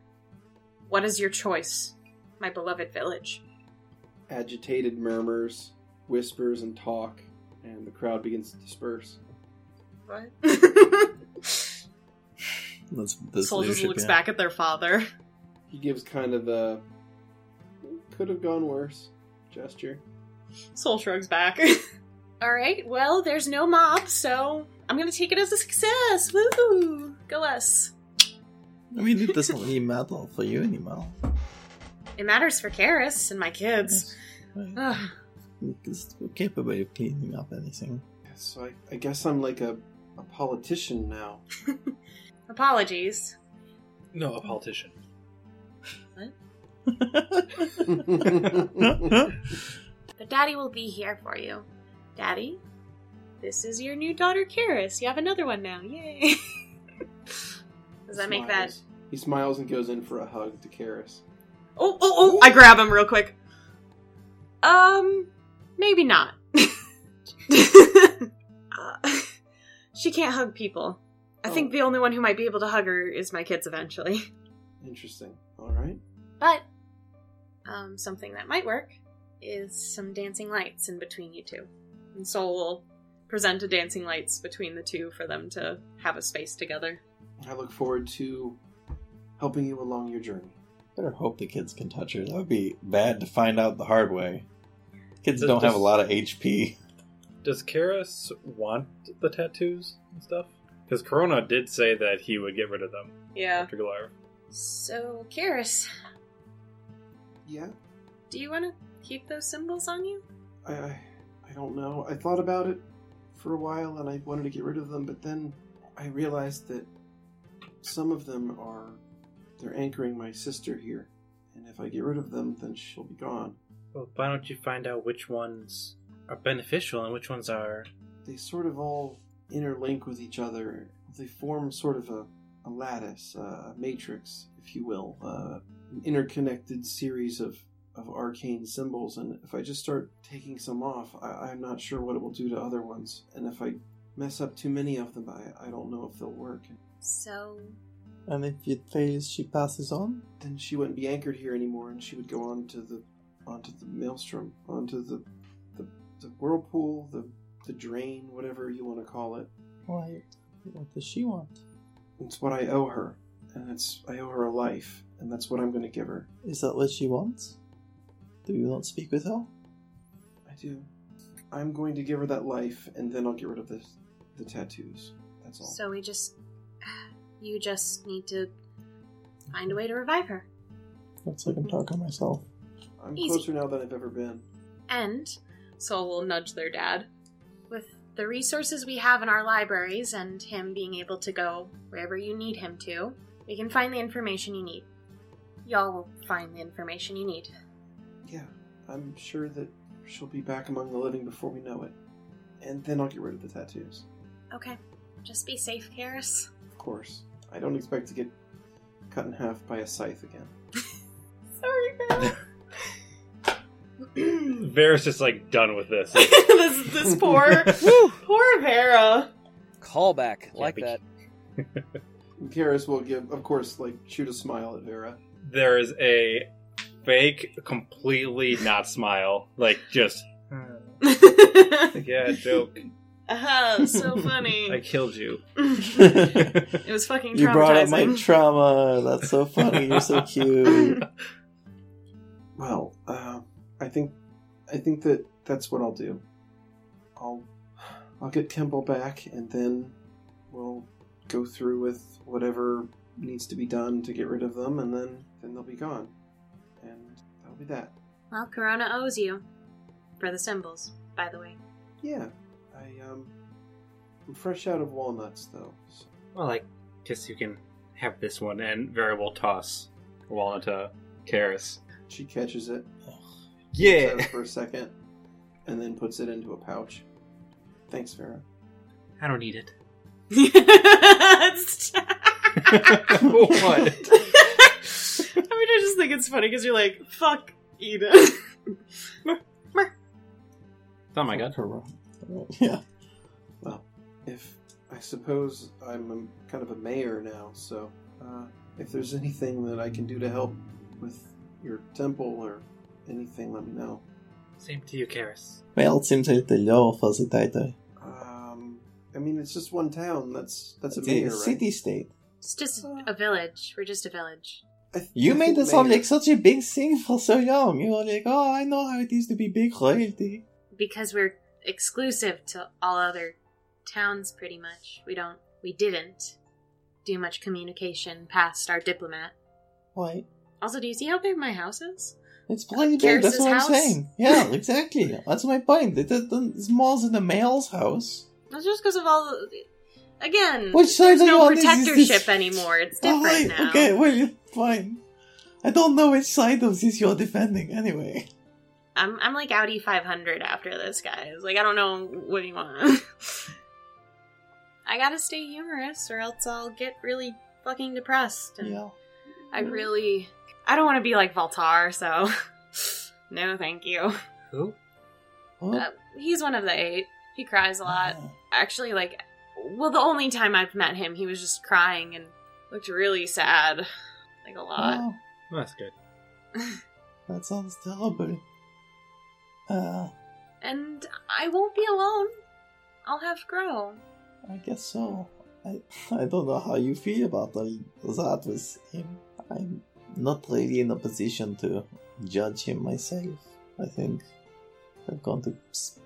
What is your choice, my beloved village? Agitated murmurs, whispers, and talk, and the crowd begins to disperse. what? That's this Soul just leadership, looks yeah. back at their father. He gives kind of a Could have gone worse. Gesture. Soul shrugs back. All right. Well, there's no mob, so I'm gonna take it as a success. Woo! Go us. I mean, it doesn't really matter for you anymore. It matters for Karis and my kids. Right. Ugh. It's capable of cleaning up anything. So I, I guess I'm like a, a politician now. Apologies. No, a politician. But Daddy will be here for you. Daddy, this is your new daughter, Karis. You have another one now. Yay! Does that make that? Smiles. He smiles and goes in for a hug to Karis. Oh, oh, oh! I grab him real quick. Um, maybe not. Uh, she can't hug people. I think Oh. the only one who might be able to hug her is my kids eventually. Interesting. All right. But um, something that might work is some dancing lights in between you two. And Soul will present a dancing lights between the two for them to have a space together. I look forward to helping you along your journey. Better hope the kids can touch her. That would be bad to find out the hard way. Kids Does- don't have a does- lot of HP. Does Karis want the tattoos and stuff? Because Corona did say that he would get rid of them Yeah. after Galar. So, Karis, Yeah. do you want to keep those symbols on you? I, I I don't know. I thought about it for a while and I wanted to get rid of them, but then I realized that some of them are they're anchoring my sister here. And if I get rid of them, then she'll be gone. Well, why don't you find out which ones are beneficial and which ones are. They sort of all interlink with each other. They form sort of a, a lattice, uh, a matrix, if you will, uh, an interconnected series of, of arcane symbols. And if I just start taking some off, I, I'm not sure what it will do to other ones. And if I mess up too many of them, I, I don't know if they'll work. So, And if it fails, she passes on. Then she wouldn't be anchored here anymore, and she would go on to the onto the maelstrom, onto the the, the whirlpool, the the drain, whatever you want to call it. Why? What does she want? It's what I owe her, and it's I owe her a life, and that's what I'm going to give her. Is that what she wants? Do you not speak with her? I do. I'm going to give her that life, and then I'll get rid of the the tattoos. That's all. so we just, you just need to find a way to revive her. Looks like I'm talking to myself. I'm easy. closer now than I've ever been. And Soul will nudge their dad. with the resources we have in our libraries and him being able to go wherever you need him to, we can find the information you need. Y'all will find the information you need. Yeah, I'm sure that she'll be back among the living before we know it, and then I'll get rid of the tattoos. Okay. Just be safe, Karis. Of course, I don't expect to get cut in half by a scythe again. Sorry, Dad. Varys just like done with this. Like, this, this poor, Woo! poor Vera. Callback. Like but- that. And Karis will give, of course, like shoot a smile at Vera. there is a fake, completely not smile. Like just yeah, joke. Uh-huh, so I funny. killed you. it you was fucking traumatizing. brought up my trauma. That's so funny. You're so cute. Well, uh, I think, I think that that's what I'll do. I'll, I'll get Kimball back, and then we'll go through with whatever needs to be done to get rid of them, and then then they'll be gone, and that'll be that. Well, Corona owes you. For the symbols, by the way. Yeah, I um, I'm fresh out of walnuts though. So Well, I guess you can have this one and Vera will toss Walnut to Karis. she catches it. Yeah. looks at it for a second, and then puts it into a pouch. Thanks, Vera. I don't need it. Yes. what? I mean, I just think it's funny because you're like, fuck Eden. Oh my god. Yeah. Well, if I suppose I'm a, kind of a mayor now, so uh, if there's anything that I can do to help with your temple or anything, let me know. Same to you, Karis. Well, it seems like the law for the title. Um, I mean, it's just one town. That's that's a It's mayor, city state. It's just a village. We're just a village. right? I- You I made think the song maybe- like such a big thing for so young. You were like, oh, I know how it is to be big royalty. because we're exclusive to all other towns pretty much we don't we didn't do much communication past our diplomat Why? also do you see how big my house is It's bloody Karis's big. That's what house? I'm saying. Yeah, exactly. That's my point. It- it- It's more than a male's house. that's just because of all the again Which side Mm. there's are you no on? Is this- protectorship this- anymore it's All different right, now Okay, well, fine. I don't know which side of this you're defending, anyway. I'm, I'm like audi 500 after this guys like i don't know what you want i gotta stay humorous or else i'll get really fucking depressed and Yeah. I really I don't want to be like Voltar, so no, thank you. Who? What? Uh, he's one of the eight. He Oh, Ah. cries a lot. Actually, like well, the only time I've met him, he was just crying and looked really sad, like a lot. Oh, That's good. that sounds terrible. Uh, And I won't be alone. I'll have Grow. I guess so. I, I don't know how you feel about all that with him. I'm not really in a position to judge him myself. I think I've gone to s-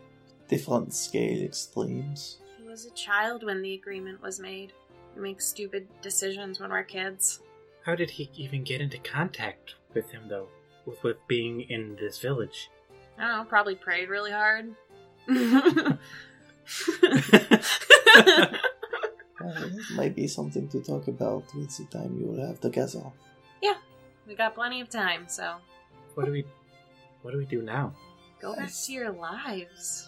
different scale extremes. He was a child when the agreement was made. We make stupid decisions when we're kids. How did he even get into contact with him, though? With, with being in this village? I don't know, probably prayed really hard. Uh, that might be something to talk about with the time you will have together. we got plenty of time, so What do we. What do we do now? Go back Nice. to your lives.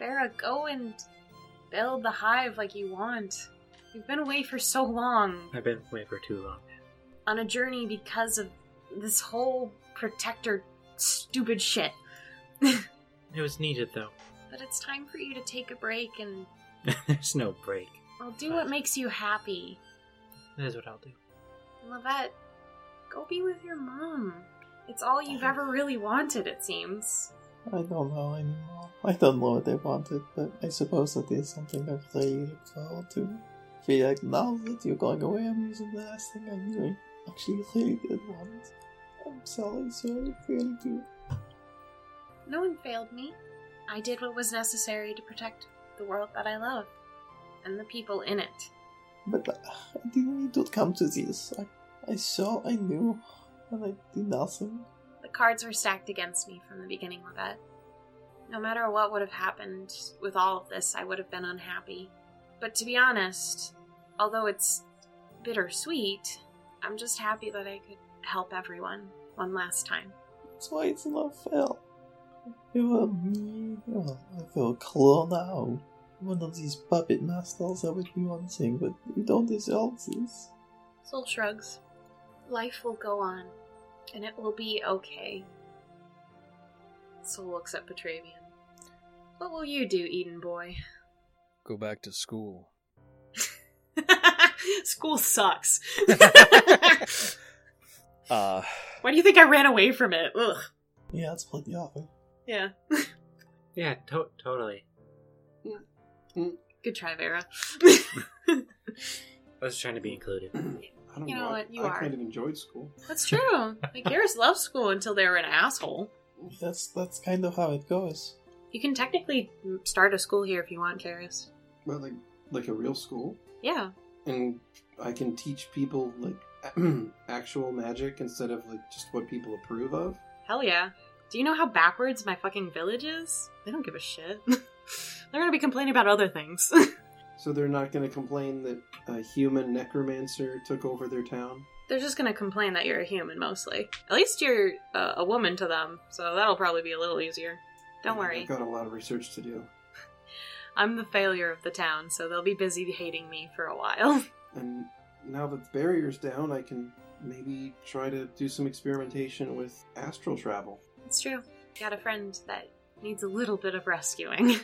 Farah, go and build the hive like you want. You've been away for so long I've been away for too long. on a journey because of this whole protector stupid shit. It was needed, though. But it's time for you to take a break and There's no break. well, do what makes you happy. That is what I'll do. Lavette, go be with your mom. It's all you've ever really wanted, it seems. I don't know anymore. I don't know what I wanted, but I suppose that is something I really look forward to. Feel like now that you're going away, I'm using the last thing I knew I actually really did want. I'm sorry, sorry, really do. No one failed me. I did what was necessary to protect the world that I love and the people in it. But uh, I didn't need to come to this. I, I saw, I knew, and I did nothing. The cards were stacked against me from the beginning, Levette. No matter what would have happened with all of this, I would have been unhappy. But to be honest, although it's bittersweet, I'm just happy that I could help everyone one last time. That's why it's not fair. You were me, you were, you were a clone now. One of these puppet masters, that would be one thing, but you don't deserve this. Soul shrugs. Life will go on, and it will be okay. Soul looks at Petravian. What will you do, Eden boy? Go back to school. School sucks. Uh, Why do you think I ran away from it? Ugh. Yeah, it's bloody awful. Yeah. Yeah, to- totally. Good try, Vera. I was trying to be included. I don't You know what, you I are. kind of enjoyed school. That's true. Like, Garrus loved school until they were an asshole. That's that's kind of how it goes. You can technically start a school here if you want, Karis. But like like a real school, Yeah. and I can teach people like actual magic instead of like just what people approve of. Hell yeah. Do you know how backwards my fucking village is? They don't give a shit. They're gonna be complaining about other things. So they're not going to complain that a human necromancer took over their town. They're just gonna complain that you're a human mostly. At least you're uh, a woman to them, so that'll probably be a little easier. Don't worry. I've got a lot of research to do, I'm the failure of the town, so they'll be busy hating me for a while. and now that the barrier's down, I can maybe try to do some experimentation with astral travel. it's true. Got a friend that needs a little bit of rescuing.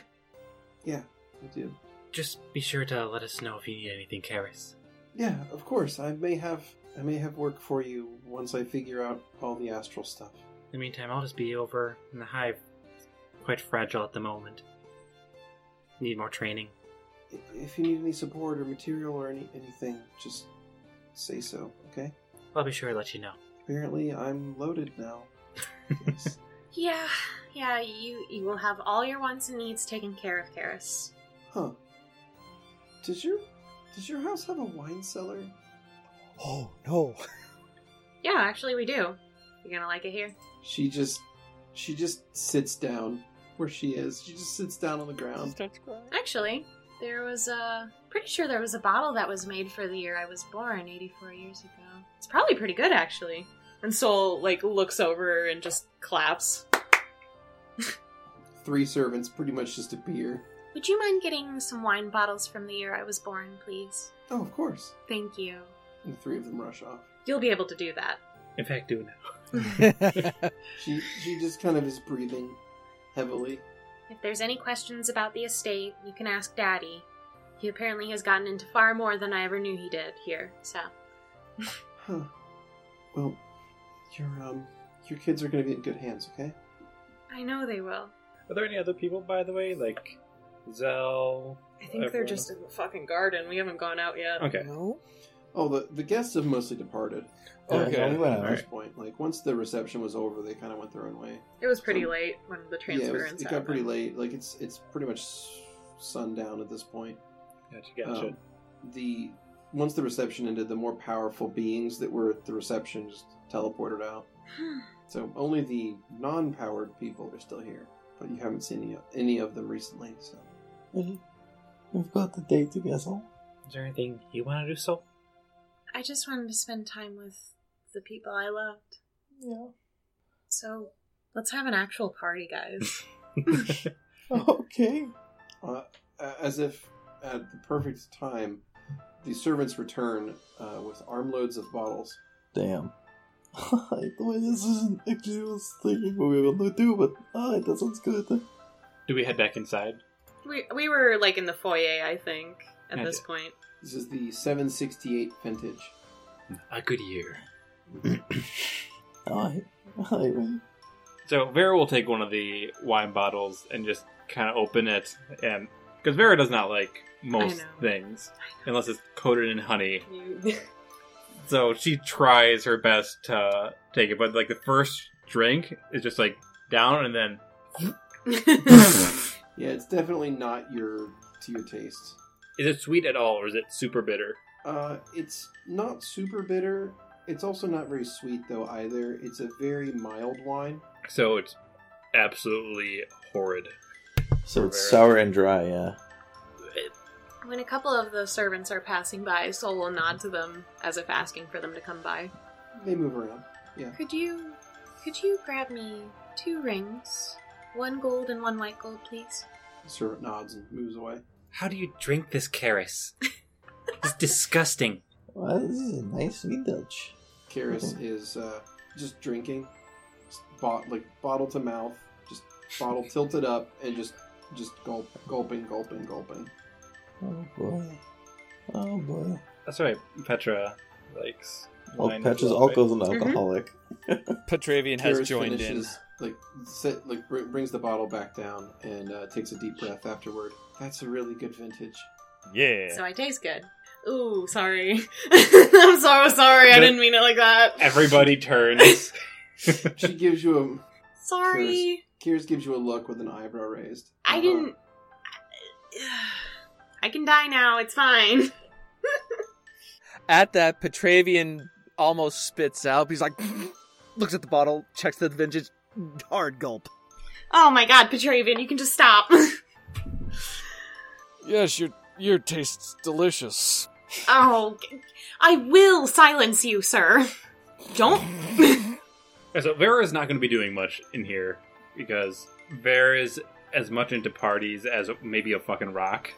Yeah, I do. Just be sure to let us know if you need anything, Karis. Yeah, of course. I may have I may have work for you once I figure out all the astral stuff. In the meantime, I'll just be over in the hive. It's quite fragile at the moment. Need more training. I- If you need any support or material or any, anything, just say so. Okay. I'll be sure to let you know. Apparently, I'm loaded now. Yes. Yeah, yeah, you you will have all your wants and needs taken care of, Karis. huh. Did your Did your house have a wine cellar? Oh no! Yeah, actually we do. You're gonna like it here. She just she just sits down where she is. She just sits down on the ground. Starts crying. Actually, there was a pretty sure there was a bottle that was made for the year I was born, 84 years ago. It's probably pretty good actually. And Soul like looks over and just claps. Three servants pretty much just appear. Would you mind getting some wine bottles from the year I was born, please? Oh, of course. Thank you. And the three of them rush off. You'll be able to do that. In fact, do now. She she just kind of is breathing heavily. If there's any questions about the estate, you can ask Daddy. He apparently has gotten into far more than I ever knew he did here, so. Huh. Well, your um your kids are gonna be in good hands, okay? I know they will. Are there any other people, by the way? Like Zell? I think they're Everyone. just in the fucking garden. We haven't gone out yet. Okay. No. Oh, the the guests have mostly departed. Oh, Okay. At we went out. this point, like once the reception was over, they kind of went their own way. It was pretty So- late when the yeah, it, was- transference it got happened. pretty late. Like it's it's pretty much sundown at this point. Gotcha, gotcha. Um, the once the reception ended, the more powerful beings that were at the reception just teleported out. So only the non-powered people are still here, but you haven't seen any, any of them recently. So We've got the day together. Is there anything you want to do, Soul? I just wanted to spend time with the people I loved. Yeah. So, let's have an actual party, guys. Okay. uh, a- as if at the perfect time, the servants return uh, with armloads of bottles. Damn. I thought this isn't actually what I was thinking what we were gonna do, but alright, that sounds good. Do we head back inside? We we were like in the foyer, I think, at Yeah, this yeah. point. This is the 768 vintage. A good year. Alright. Alright. So Vera will take one of the wine bottles and just kind of open it, and because Vera does not like most I know. things unless it's coated in honey, You- so she tries her best to take it. But like the first drink is just like down, and then Yeah, it's definitely not your to your taste. is it sweet at all, or is it super bitter? Uh, it's not super bitter. It's also not very sweet though either. It's a very mild wine. So it's absolutely horrid. So it's sour and dry, yeah. when a couple of the servants are passing by, Soul will nod to them as if asking for them to come by. They move around. could you could you grab me two rings? One gold and one white gold, please. The servant nods and moves away. How do you drink this, Karis? it's disgusting. Wow, this is a nice vintage. Karis is uh, just drinking, just bot- like bottle to mouth, just bottle tilted up, and just just gulp, gulping, gulping, gulping. Oh boy. Oh boy. That's right. Petra likes. Oh, wine as Patches well, right? Alco's an alcoholic. Petravian has joined in. like sit, like br- brings the bottle back down and uh, takes a deep breath afterward. That's a really good vintage. in. Yeah. So I taste good. Ooh, sorry. I'm so sorry. I No. didn't mean it like that. Everybody turns. She gives you a Sorry. Karis gives you a look with an eyebrow raised. I Uh-huh. didn't. I can die now. It's fine. At that, Petravian almost spits out. He's like, looks at the bottle, checks the vintage, hard gulp. Oh my god, Petravian, you can just stop. Yes, your your tastes delicious. oh, I will silence you, sir. Don't. Yeah, So Vera's not going to be doing much in here because Vera is as much into parties as maybe a fucking rock.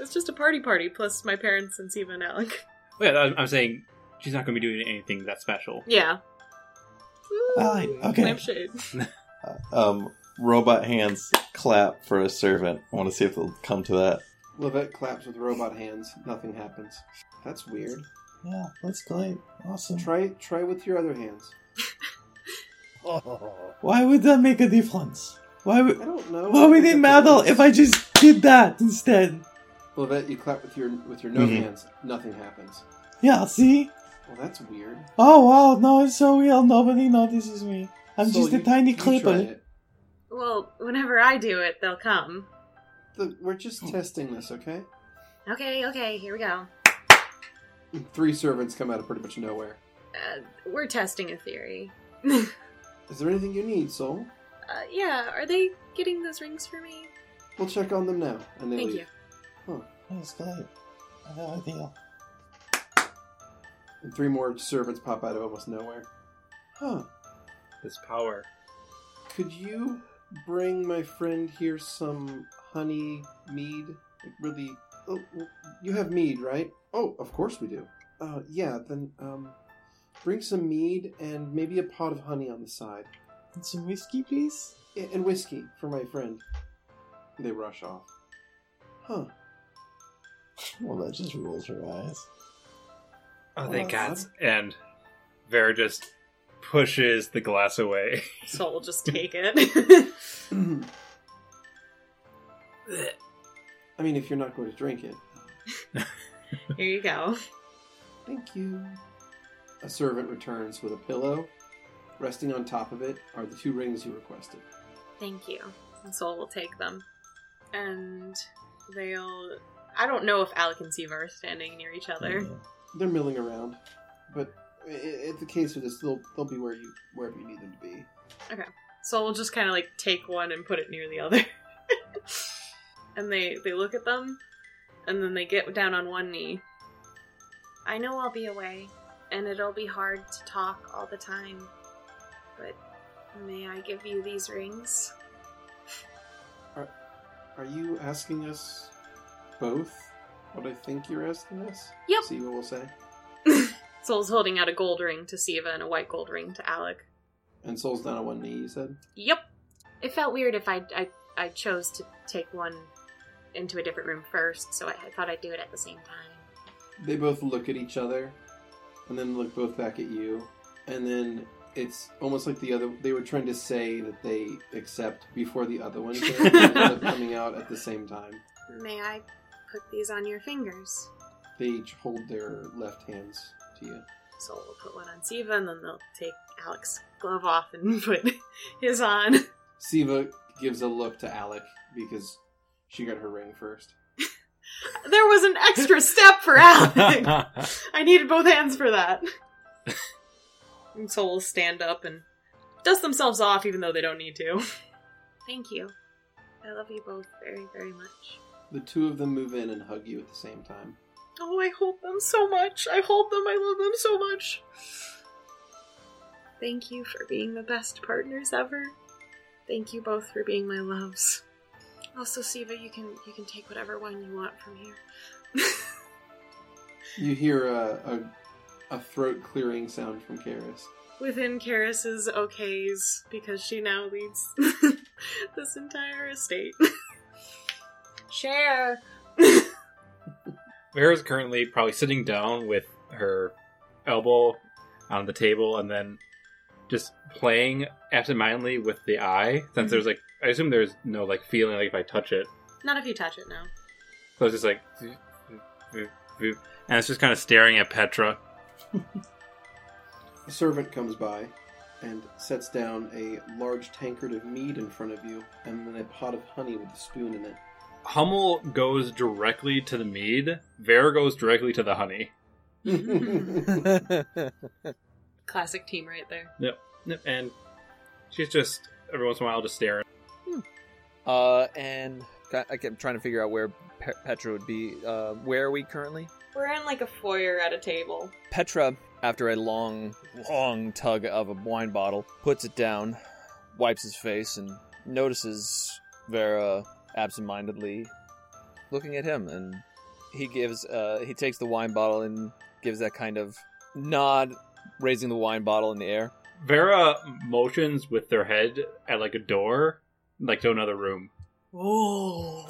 It's just a party party, plus my parents and Siva and Alec. Oh, Yeah, I'm- I'm saying she's not going to be doing anything that special. Yeah. Alright, okay. Lampshade. Um, robot hands clap for a servant. I want to see if they'll come to that. Levette claps with robot hands. Nothing happens. That's weird. Yeah, that's great. Awesome. Try try with your other hands. Why would that make a difference? Why I would, don't know. why would it matter if I just did that instead? Levette, you clap with your with your no Mhm. hands. Nothing happens. Yeah, see? Well, that's weird. Oh wow, no, it's so real. Nobody notices me. I'm So just a you- tiny you try clipper. it. Well, whenever I do it, they'll come. The- we're just testing this, okay? Okay, okay, here we go. Three servants come out of pretty much nowhere. Uh, we're testing a theory. Is there anything you need, Soul? Uh, yeah, are they getting those rings for me? We'll check on them now. And they Thank leave. you. Oh, That's good. I have a deal. And three more servants pop out of almost nowhere. Huh. This power. Could you bring my friend here some honey mead? Like really? Oh, well, you have mead, right? Oh, of course we do. Uh, yeah. Then um, bring some mead and maybe a pot of honey on the side, And some whiskey, please. A- and whiskey for my friend. They rush off. Huh. Well, that just rolls her eyes. Oh, thank thank God. God. And Vera just pushes the glass away. So we'll just take it. I mean, if you're not going to drink it. Here you go. Thank you. A servant returns with a pillow. Resting on top of it are the two rings you requested. Thank you. And Sol will take them. And they'll. I don't know if Alec and Siva are standing near each other. Yeah. They're milling around, but i- i- it's a case of this. They'll they'll be where you wherever you need them to be. Sol will just kind of like take one and put it near the other. and they they look at them, and then they get down on one knee. I know I'll be away, and it'll be hard to talk all the time, but may I give you these rings? Are you asking us both what I think you're asking us? Yep. See what we'll say. Sol's holding out a gold ring to Siva and a white gold ring to Alec. And Soul's down on one knee. You said. Yep. It felt weird if I, I, I chose to take one into a different room first, so I, I thought I'd do it at the same time. They both look at each other, and then look both back at you, and then it's almost like the other. They were trying to say that they accept before the other one came, and ended up coming out at the same time. May I put these on your fingers? They each hold their left hands to you. Sol will put one on Siva, and then they'll take Alec's glove off and put his on. Siva gives a look to Alec because she got her ring first. There was an extra step for Alec. I needed both hands for that. and so will stand up and dust themselves off, even though they don't need to. Thank you. I love you both very, very much. The two of them move in and hug you at the same time. Oh, I hold them so much. I hold them. I love them so much. Thank you for being the best partners ever. Thank you both for being my loves. Also, Siva, you can you can take whatever one you want from here. You hear a, a, a throat clearing sound from Karis. Within Karis's okays, because she now leads this entire estate. Share. Vera's currently probably sitting down with her elbow on the table and then just playing absentmindedly with the eye. Since there's like, I assume there's no like feeling like if I touch it. Not if you touch it now. So it's just like, zoop, zoop, zoop, zoop. and it's just kind of staring at Petra. A servant comes by and sets down a large tankard of mead in front of you and then a pot of honey with a spoon in it. Hummel goes directly to the mead. Vera goes directly to the honey. Classic team right there. Yep, And she's just every once in a while just staring. uh, and I, I am trying to figure out where Pe- Petra would be. Uh, where are we currently? We're in like a foyer at a table. Petra, after a long, long tug of a wine bottle, puts it down, wipes his face, and notices Vera absentmindedly looking at him. And he gives, uh, he takes the wine bottle and gives that kind of nod, raising the wine bottle in the air. Vera motions with their head at like a door, like to another room, Oh.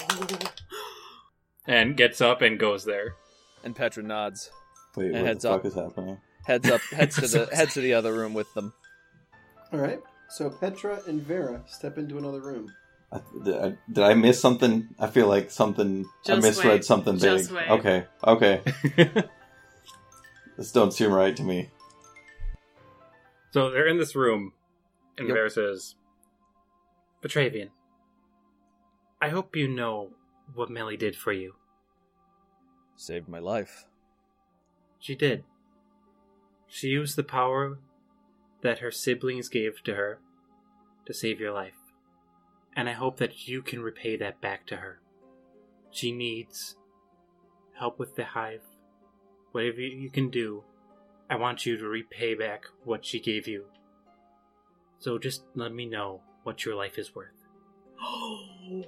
and gets up and goes there. And Petra nods, Wait, And what heads the fuck up. is happening? heads up, heads to the heads to the other room with them. All right, so Petra and Vera step into another room. I, did, I, did I miss something? I feel like something. I Just misread wait. something big. Just wait. Okay, okay. This don't seem right to me. So they're in this room, and Yep. Vera says, Petravian, I hope you know what Melly did for you. Saved my life. She did. She used the power that her siblings gave to her to save your life. And I hope that you can repay that back to her. She needs help with the hive. Whatever you can do, I want you to repay back what she gave you. So just let me know what your life is worth. Oh,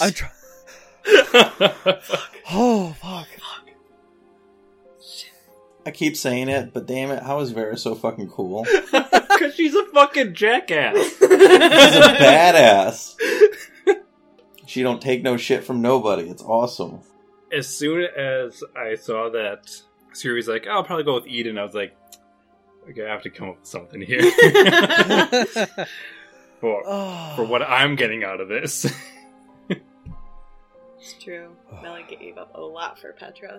I'm try- oh fuck. I keep saying it, but damn it, how is Vera so fucking cool? Because she's a fucking jackass. She's a badass. She don't take no shit from nobody. It's awesome. As soon as I saw that series, like, I'll probably go with Eden, I was like, okay, I have to come up with something here for, Ah. Oh. for what I'm getting out of this. it's true. Melly gave up a lot for Petra.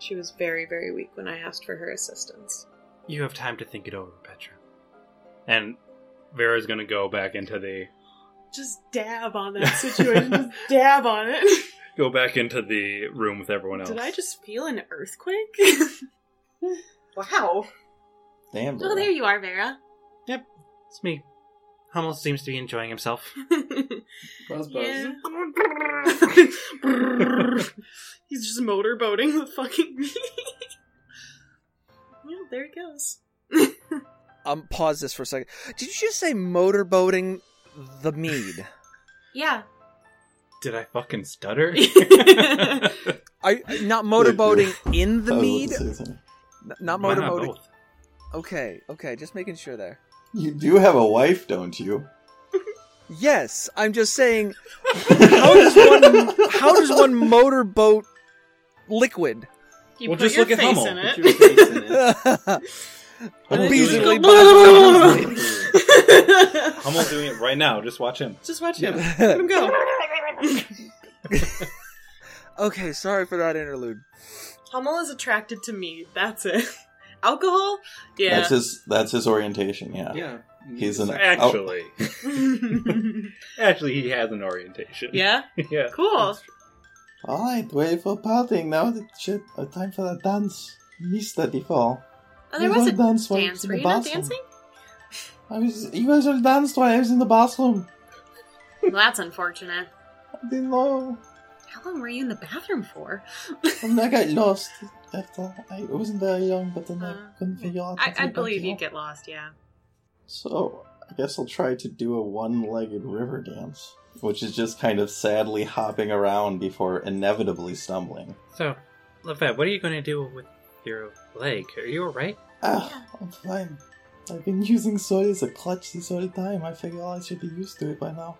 She was very, very weak when I asked for her assistance. You have time to think it over, Petra. And Vera's going to go back into the Just dab on that situation. just dab on it. go back into the room with everyone else. Did I just feel an earthquake? wow. Damn. Vera. Oh, there you are, Vera. It's me. Hummel seems to be enjoying himself. Buzz buzz. Yeah. He's just motorboating the fucking me. well, there he goes. Um, pause this for a second. Did you just say motorboating the mead? Yeah. Did I fucking stutter? Are you- not motorboating in the I was about to mead? say something. N- Not Why not motorboating. both? Okay, okay, just making sure there. You do have a wife, don't you? Yes, I'm just saying. How does one? How does one motorboat liquid? You Well, put just your look at face Hummel. in Put it. your face in it. And then you just Obesely go, Hummel doing it right now. Just watch him. Just watch him. Yeah. Let him go. okay, sorry for that interlude. Hummel is attracted to me. That's it. Alcohol? Yeah. That's his. That's his orientation. Yeah. Yeah. He's an Actually, Oh. actually, he has an orientation. yeah? yeah. Cool. Oh, All right, wait for partying now. The shit, uh, time for the dance. Missed that before. Oh, there You was all a danced while I was dance. in Were the you not bathroom. dancing? I was. You guys all danced while I was in the bathroom. Well, that's unfortunate. I didn't know. How long were you in the bathroom for? And I got lost after. I wasn't very young, but then Uh, I couldn't figure out. the I, I thing believe back you'd up. get lost, yeah. So I guess I'll try to do a one-legged river dance, which is just kind of sadly hopping around before inevitably stumbling. So, Levette, what are you going to do with your leg? Are you alright? Ah, I'm fine. I've been using soy as a clutch this whole time. I figure I should be used to it by now.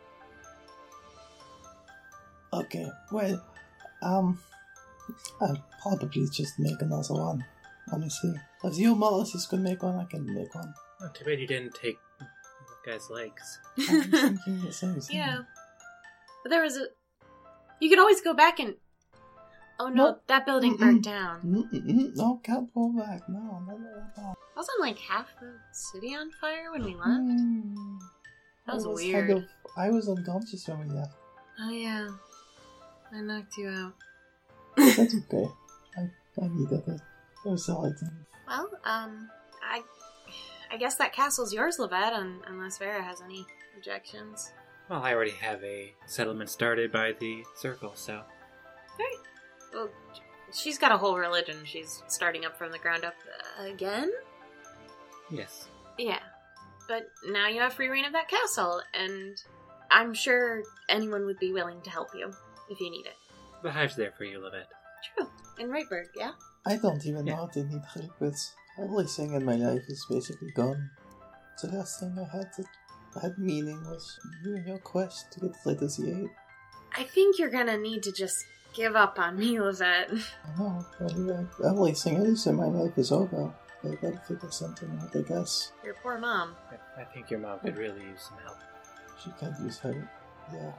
Okay, well, um, I'll probably just make another one. Honestly, if you Molluses could make one, I can make one. Oh, too bad you didn't take the guy's legs. I'm just thinking the same thing. yeah. But there was a. You could always go back and. Oh no, Nope. that building Mm-mm. burnt down. Mm-mm-mm, no, can't pull back. No, no, no, no. Wasn't like half the city on fire when we left? Mm. That was I weird. Kind of, I was unconscious when we left. Oh yeah. I knocked you out. That's okay. I, I needed it. It was all I did. Well, um, I, I guess that castle's yours, Levette, un- unless Vera has any objections. Well, I already have a settlement started by the circle, so. Well, she's got a whole religion. She's starting up from the ground up uh, again. Yes. Yeah, but now you have free reign of that castle, and I'm sure anyone would be willing to help you if you need it. The hive's there for you, Levette. True. In Redberg, yeah. I don't even Yeah. know what I need help with. Everything in my life is basically gone. The last thing I had that had meaning was you and your quest to get the Z8. I think you're gonna need to just give up on me, Levette. I know, but uh, everything else in my life is over. I gotta figure something out, I guess. Your poor mom. I, I think your mom could really use some help. She can't use her. Yeah.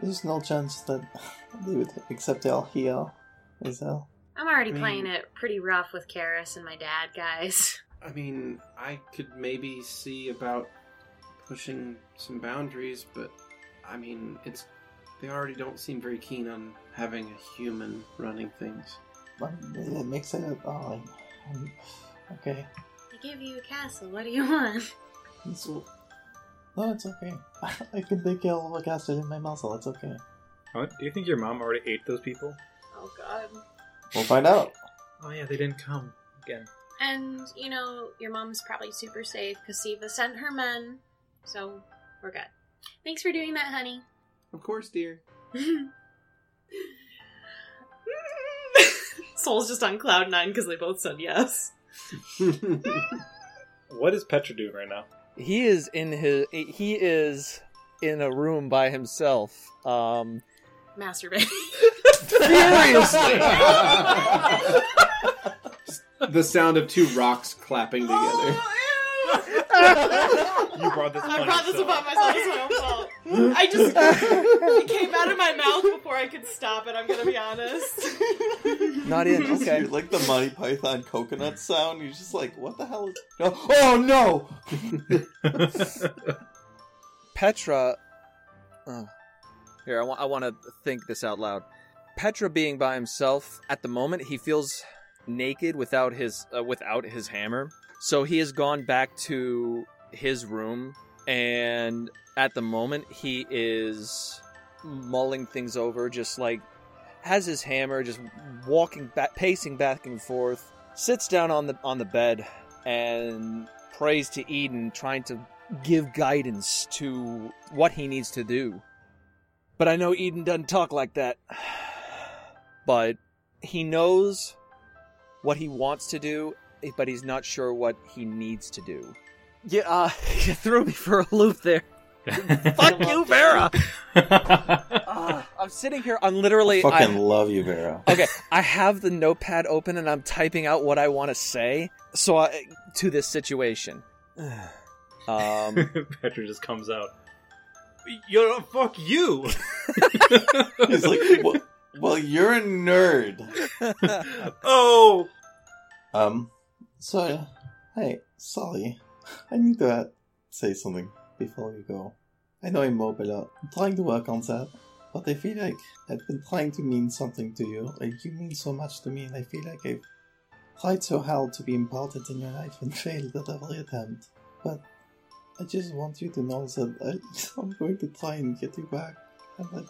There's no chance that they would accept El Hiel. Is El? I'm already I mean- playing it pretty rough with Karis and my dad, guys. I mean, I could maybe see about pushing some boundaries, but I mean, it's they already don't seem very keen on having a human running things. That makes it up. Oh, I- okay. I give you a castle. What do you want? It's, no, it's okay. I can take El Lacaster in my muscle. It's okay. Huh? Do you think your mom already ate those people? Oh god. We'll find out. Oh yeah, they didn't come again. And you know, your mom's probably super safe because Siva sent her men, so we're good. Thanks for doing that, honey. Of course, dear. Soul's just on cloud nine because they both said yes. What is Petra doing right now? he is in his he is in a room by himself um Masturbate. furiously the sound of two rocks clapping together. You brought this. I brought this upon myself. It's my own fault. I just it came out of my mouth before I could stop it. I'm gonna be honest. not in okay Dude, like the Monty Python coconut sound. You're just like, what the hell is? No. Oh no! Petra. Oh. Here, I want. I want to think this out loud. Petra being by himself at the moment, he feels naked without his uh, without his hammer. So he has gone back to his room, and at the moment he is mulling things over, just like has his hammer, just walking back, pacing back and forth. Sits down on the on the bed and prays to Eden, trying to give guidance to what he needs to do. But I know Eden doesn't talk like that. But he knows what he wants to do, but he's not sure what he needs to do. Yeah, uh, you threw me for a loop there. Fuck you, Vera. Ah, I'm sitting here. I'm literally. I- fucking love you, Vera. okay, I have the notepad open and I'm typing out what I want to say. So I, to this situation. um, Petra just comes out. You're fuck you. He's like, well, well, you're a nerd. oh, Um, so, uh, hey, Sully, I need to uh, say something before you go. I know I'm mobile up. I'm trying to work on that, but I feel like I've been trying to mean something to you. Like, you mean so much to me, and I feel like I've tried so hard to be important in your life and failed at every attempt. But I just want you to know that I, I'm going to try and get you back. I'm like,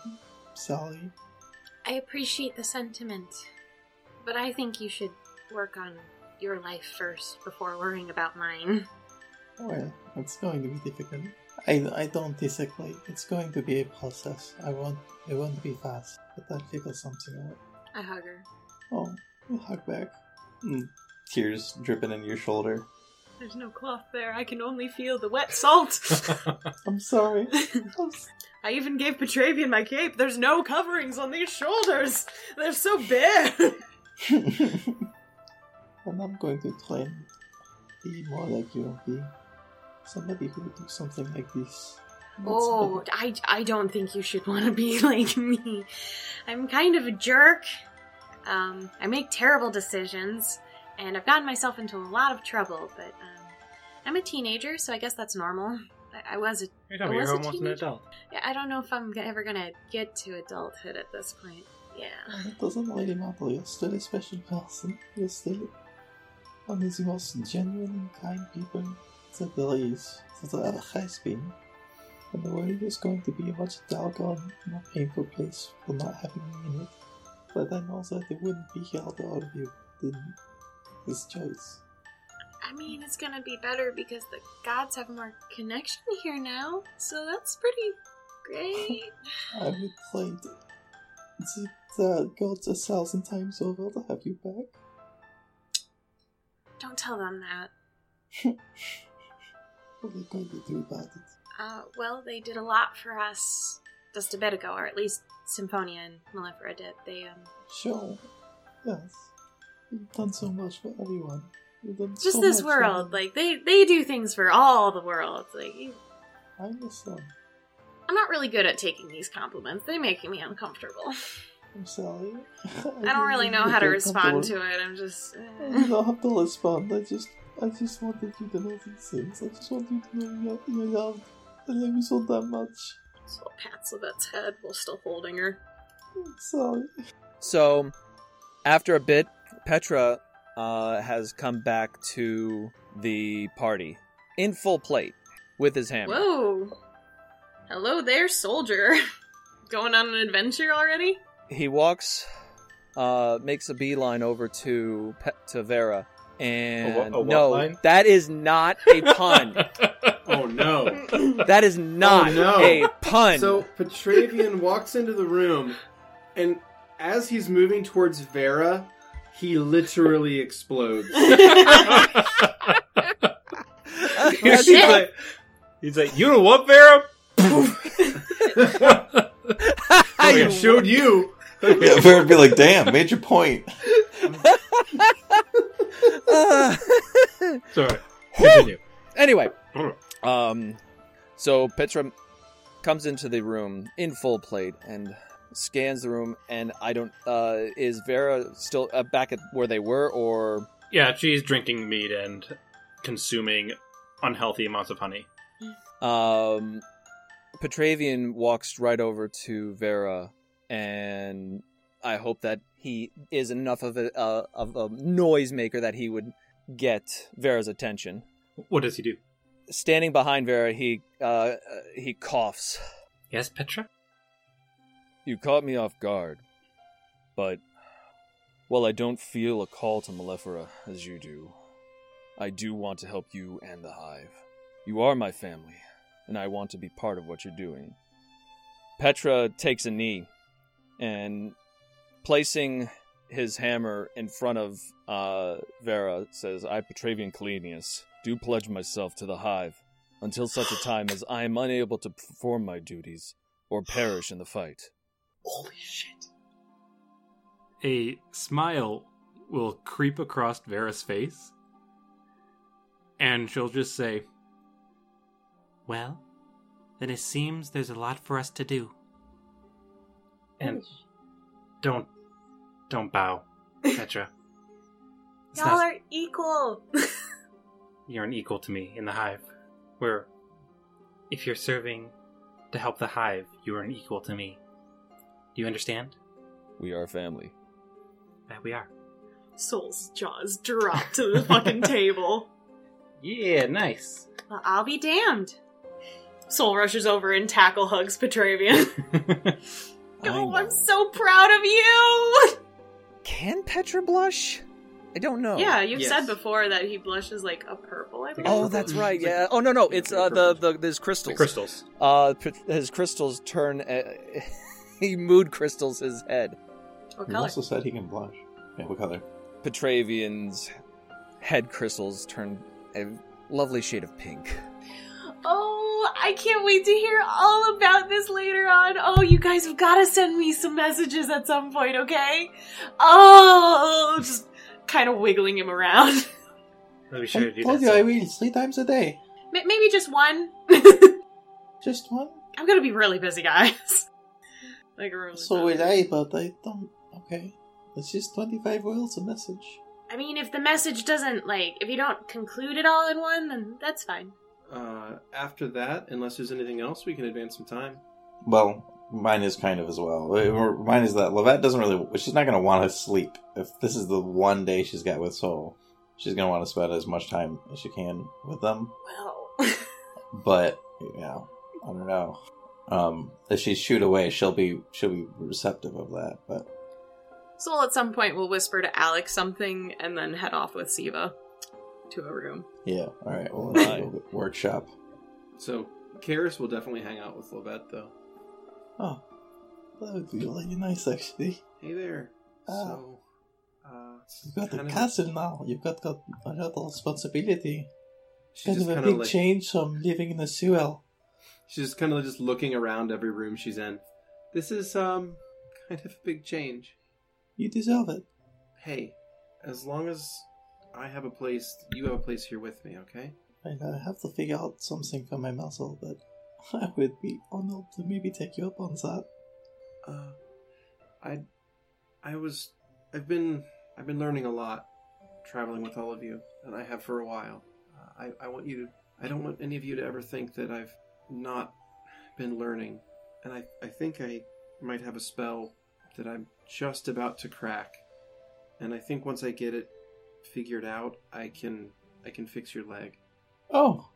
Sally, I appreciate the sentiment, but I think you should work on your life first before worrying about mine. Well, Oh, it's going to be difficult. I, I don't disagree. It's going to be a process. I won't it won't be fast, but I'll figure something out. I hug her. Oh, you hug back. Mm, Tears dripping in your shoulder. There's no cloth there. I can only feel the wet salt. I'm sorry. I'm s- I even gave Petravian my cape. There's no coverings on these shoulders. They're so bare. and I'm going to try and be more like you. Be somebody who would do something like this. Not Oh, somebody- I, I don't think you should want to be like me. I'm kind of a jerk. Um, I make terrible decisions, and I've gotten myself into a lot of trouble, but um, I'm a teenager, so I guess that's normal. I, I was a. You're talking It was about you're a almost an teenager. adult. yeah, I don't know if I'm ever going to get to adulthood at this point. Yeah. It doesn't really matter. You're still a special person. You're still one of the most genuine, kind people that there is, that there has been. And the world is going to be a much darker and more painful place for not having me in it. But I know that it wouldn't be here without you. Didn't. This choice. I mean, it's gonna be better because the gods have more connection here now, so that's pretty great. I would play the, the gods a thousand times over to have you back. Don't tell them that. What are you going to do about it? Uh, well, they did a lot for us just a bit ago, or at least Symphonia and Mellifera did. They, um, Sure. Yes. You've done so much for everyone. You've done just so this much world, for- like they they do things for all the world. Like, you- I understand. I'm not really good at taking these compliments. They make me uncomfortable. I'm sorry. I don't really know how to respond to it. I'm just. eh. I don't have to respond. I just, I just wanted you to know these things. I just wanted you to know you're, you're loved. I love you so that much. So pats Livette's head while still holding her. I'm sorry. So, after a bit, Petra uh, has come back to the party in full plate with his hammer. Whoa! Hello there, soldier. Going on an adventure already? He walks, uh, makes a beeline over to Pe- to Vera, and A wha- a what no, line? that is not a pun. Oh no. that is not Oh, no. a pun. So Petravian walks into the room, and as he's moving towards Vera, he literally explodes. he's, like, he's like, you know what, Vera? I showed you. Yeah, Vera would be like, damn, made your point. Uh, Sorry. Continue. anyway, um, so Petra comes into the room in full plate and scans the room. And I don't uh, is Vera still uh, back at where they were, or yeah, she's drinking meat and consuming unhealthy amounts of honey. um, Petravian walks right over to Vera, and I hope that he is enough of a uh, of a noisemaker that he would get Vera's attention. What does he do? Standing behind Vera, he uh, he coughs. Yes, Petra? You caught me off guard, but while I don't feel a call to Malefera as you do, I do want to help you and the Hive. You are my family, and I want to be part of what you're doing. Petra takes a knee and placing his hammer in front of uh, Vera says, I, Petravian Calenius, do pledge myself to the Hive until such a time as I am unable to perform my duties or perish in the fight. Holy shit. A smile will creep across Vera's face, and she'll just say, Well, then it seems there's a lot for us to do. And don't don't bow, Petra. It's Y'all not- are equal. you're an equal to me in the hive. Where if you're serving to help the hive, you are an equal to me. Do you understand? We are family. That we are. Soul's jaws drop to the fucking table. Yeah, nice. well, I'll be damned. Soul rushes over and tackle hugs Petravian. Oh, I know. I'm so proud of you. Can Petra blush? I don't know. yeah, you've Yes. said before that he blushes like a purple. I believe. Oh, that's right. Yeah. Oh no, no. It's uh, the the there's The crystals. crystals. Uh, p- his crystals turn. Uh, he mood crystals his head. What He color? also said he can blush. Yeah, what color? Petravian's head crystals turn a lovely shade of pink. Oh, I can't wait to hear all about this later on. Oh, you guys have got to send me some messages at some point, okay? Oh, just kind of wiggling him around. I'll Oh, be sure to do I told that. you I soon. read three times a day. M- maybe just one. Just one. I'm gonna be really busy, guys. Like really So busy. will I, but I don't. Okay. It's just 25 words a message. I mean, if the message doesn't like, if you don't conclude it all in one, then that's fine. Uh, after that, unless there's anything else, we can advance some time. Well, mine is kind of as well. Uh, or Mine is that Levette doesn't really. She's not going to want to sleep. If this is the one day she's got with Soul, she's going to want to spend as much time as she can with them. Well, But you know, I don't know. Um, if she shoot away, she'll be she'll be receptive of that. But Soul at some point will whisper to Alex something and then head off with Siva to a room. yeah, all right. Well, Right. we'll workshop. So Karis will definitely hang out with Lovette, though. Oh, that would be really nice, actually. Hey there. So, uh, You've Oh. got kind a of- castle now. You've got, got a lot of responsibility. She Kind just of a kind of big like change from living in a sewell. she's just kind of just looking around every room she's in. This is um kind of a big change. You deserve it. Hey, as long as I have a place, you have a place here with me, okay? I, I have to figure out something for my muscle, but I would be honored to maybe take you up on that. Uh, I, I was, I've been, I've been learning a lot, traveling with all of you, and I have for a while. Uh, I, I want you to, I don't want any of you to ever think that I've not been learning, and I, I think I might have a spell that I'm just about to crack, and I think once I get it figured out, I can, I can fix your leg. Oh,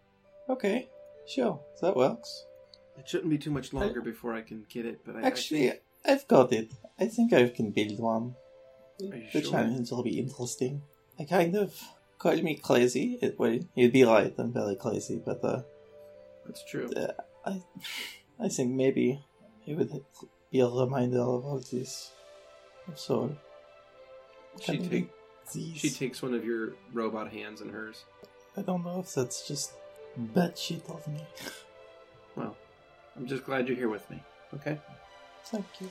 okay, sure, that works. It shouldn't be too much longer before I can get it, but I Actually, I've got it. I think I can build one. Are you the sure? challenge will be interesting. I kind of call me crazy. It, well, you'd be right. I'm very crazy, but uh, I think that's true. I, I think maybe it would be a reminder of all this. So, She can I take- make these? She takes one of your robot hands in hers. I don't know if that's just bad shit of me. Well, I'm just glad you're here with me. Okay. Thank you.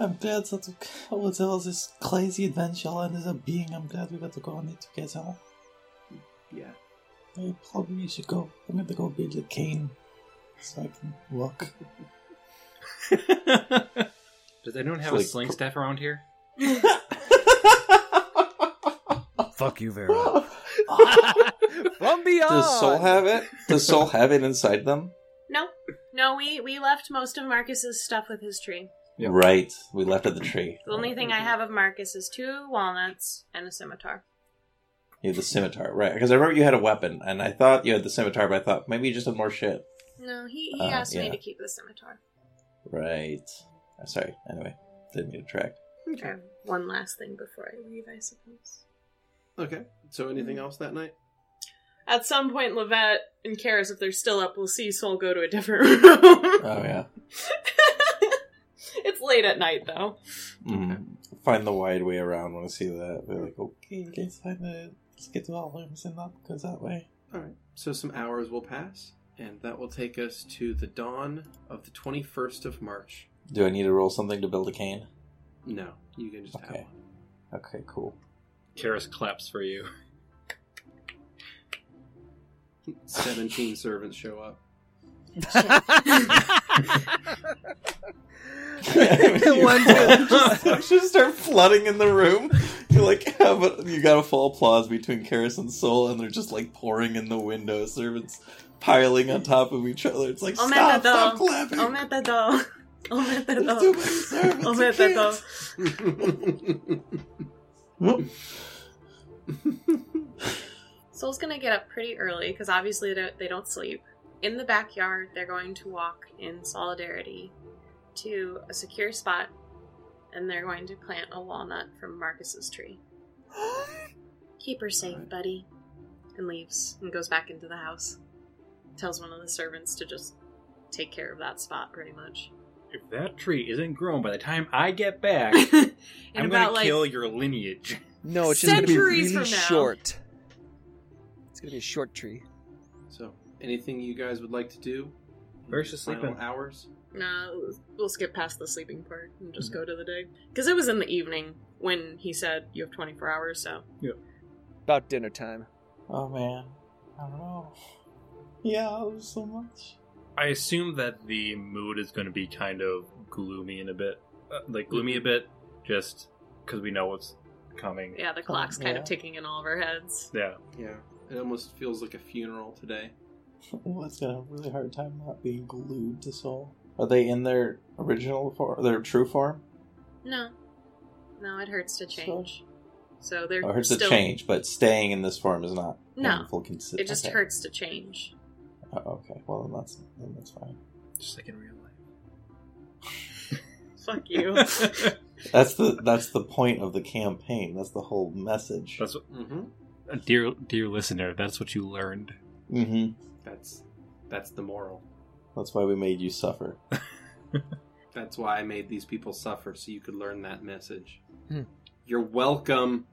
I'm glad that whatever this crazy adventure ended up being, I'm glad we got to go on it together. Yeah. I probably should go. I'm going to go build a cane so I can walk. Does anyone have Like- a sling staff around here? Fuck you, Vera. Oh From beyond. Does Soul have it? Does Soul have it inside them? No, no, we we left most of Marcus's stuff with his tree. Yeah. Right. We left at the tree. The only thing I have of Marcus is two walnuts and a scimitar. You had the scimitar, right? Because I remember you had a weapon, and I thought you had the scimitar, but I thought maybe you just had more shit. No, he, he Uh, asked me yeah. to keep the scimitar. Right. I'm sorry. Anyway, didn't mean to track. Okay. One last thing before I leave, I suppose. Okay. So anything else that night? At some point, Levette and Karis, if they're still up, will see Soul go to a different room. Oh yeah. it's late at night, though. Mm. Find the wide way around when I see that. They're like, okay, let's find the let's get to our rooms and not go that way. All right. So some hours will pass, and that will take us to the dawn of the 21st of March. Do I need to roll something to build a cane? No, you can just have Okay. one. Okay, cool. Karis claps for you. 17 servants show up. One, two. just, just start flooding in the room. You like have a, you got a full applause between Karis and Soul, and they're just like pouring in the window. Servants piling on top of each other. It's like Oh my stop, God, stop clapping. Oh, meta though. Oh, meta There's too though. many servants. Oh, you meta can't. though. Soul's gonna get up pretty early because obviously they don't- they don't sleep. In the backyard, they're going to walk in solidarity to a secure spot, and they're going to plant a walnut from Marcus's tree. Keep her safe, Alright. buddy. And leaves and goes back into the house. Tells one of the servants to just take care of that spot, pretty much. If that tree isn't grown by the time I get back, In I'm about gonna like kill your lineage. No, it's just gonna be Centuries really from now. short. It's gonna be a short tree. so, anything you guys would like to do? Where's the Final sleeping? hours? No, we'll skip past the sleeping part and Mhm. just go to the day. Because it was in the evening when he said you have 24 hours, so. About dinner time. Oh man, I don't know. Yeah, it was so much. I assume that the mood is going to be kind of gloomy in a bit, uh, like gloomy a bit, just because we know what's coming. Yeah, the clock's kind Oh, yeah. of ticking in all of our heads. Yeah. Yeah. It almost feels like a funeral today. Well, it's gonna have a really hard time not being glued to Soul. Are they in their original form, their true form? No. No, it hurts to change. So they're Or it's still. a change, but staying in this form is not No. meaningful. Consi- It just okay. hurts to change. Oh, okay, well then that's then that's fine. Just like in real life. Fuck you. That's the that's the point of the campaign. That's the whole message. That's what, Mm-hmm. uh, dear, dear listener. That's what you learned. hmm That's that's the moral. That's why we made you suffer. That's why I made these people suffer so you could learn that message. Hmm. You're welcome.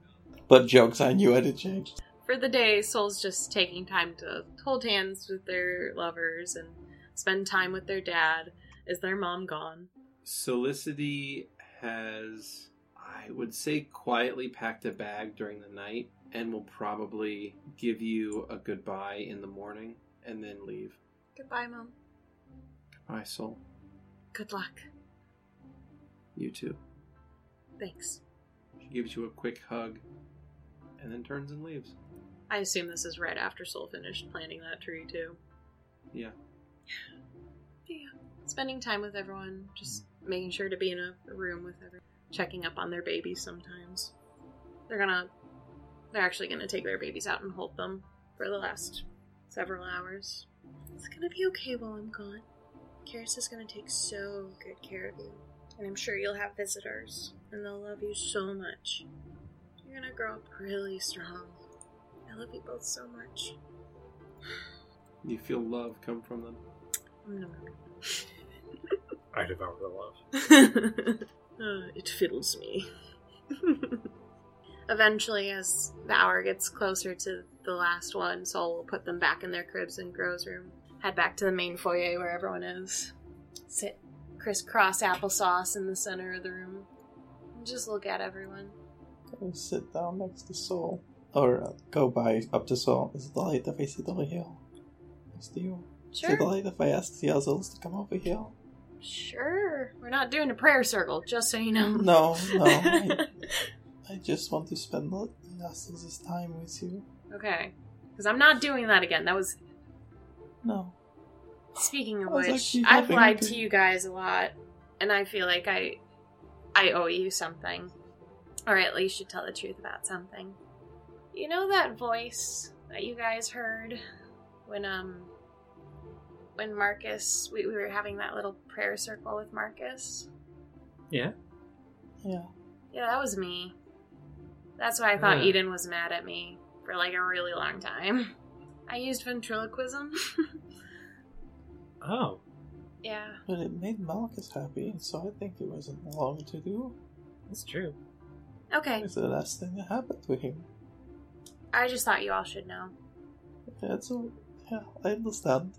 But jokes on you, I did change. for the day, Soul's just taking time to hold hands with their lovers and spend time with their dad. Is their mom gone? Solicity has, I would say, quietly packed a bag during the night and will probably give you a goodbye in the morning and then leave. Goodbye, mom. My soul. Good luck. You too. Thanks. She gives you a quick hug and then turns and leaves. I assume this is right after Soul finished planting that tree too. Yeah. Yeah. Spending time with everyone, just making sure to be in a room with everyone, Checking up on their babies sometimes. They're gonna they're actually gonna take their babies out and hold them for the last several hours. It's gonna be okay while I'm gone. Karis is gonna take so good care of you, and I'm sure you'll have visitors, and they'll love you so much. You're gonna grow up really strong. I love you both so much. You feel love come from them. I'm not. I devour the love. Uh, it fiddles me. Eventually, as the hour gets closer to the last one, Sol will put them back in their cribs in Gro's room, head back to the main foyer where everyone is, sit crisscross applesauce in the center of the room, and just look at everyone. Go sit down next to Soul. Or uh, go by up to Soul. Is it alright if I sit over here? Next to you? Is it Sure, alright if I ask the others to come over here? sure. We're not doing a prayer circle, just so you know. No, no. I, I just want to spend the last of this time with you. Okay, because I'm not doing that again. That was No. Speaking of I was which, actually I've hoping lied to- to you guys a lot, and I feel like I I owe you something. Or at least should tell the truth about something. You know that voice that you guys heard when um when Marcus we, we were having that little prayer circle with Marcus? Yeah. Yeah, that was me. That's why I thought Huh. Eden was mad at me for like a really long time. I used ventriloquism. Oh, yeah. But it made Malchus happy, and so I think it wasn't long to do. that's true. Okay. It's the last thing that happened to him. I just thought you all should know. Yeah, so yeah, I understand.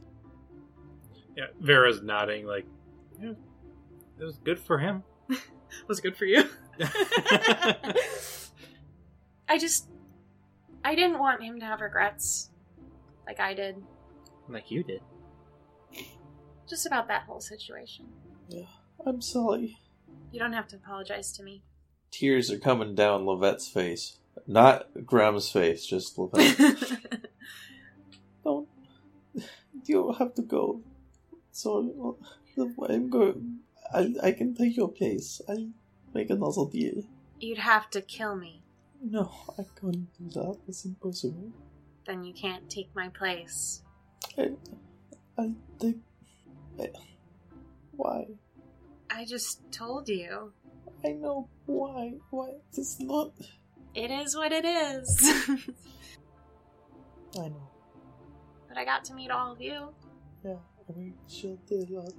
Yeah, Vera's nodding like, yeah, it was good for him. Was good for you. I just I didn't want him to have regrets like I did like you did. just about that whole situation. I'm sorry. You don't have to apologize to me. Tears are coming down Levette's face. Not Graham's face, just Levette. Don't. You have to go. So uh, I'm going. I I can take your place. I'll make another deal. You'd have to kill me. No, I can't do that. It's impossible. Then you can't take my place. I, I think. I, why? I just told you. I know why. Why? It's not. It is what it is. I know. but I got to meet all of you. Yeah, we sure did a lot.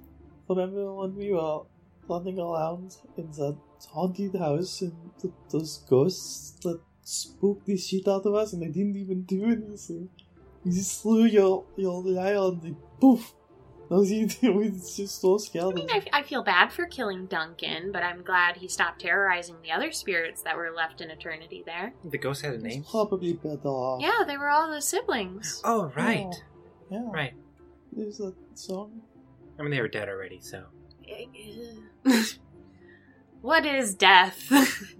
Remember when we were running around in that haunted house and th- those ghosts that spooked the shit out of us and they didn't even do anything? You just threw your, your lyre and they poof! That was it. We were just so I scared mean, of I, I feel bad for killing Duncan, but I'm glad he stopped terrorizing the other spirits that were left in eternity there. The ghost had a name. It's probably better off. Yeah, they were all the siblings. Oh right, Yeah. right. There's that song. I mean they were dead already, so what is death?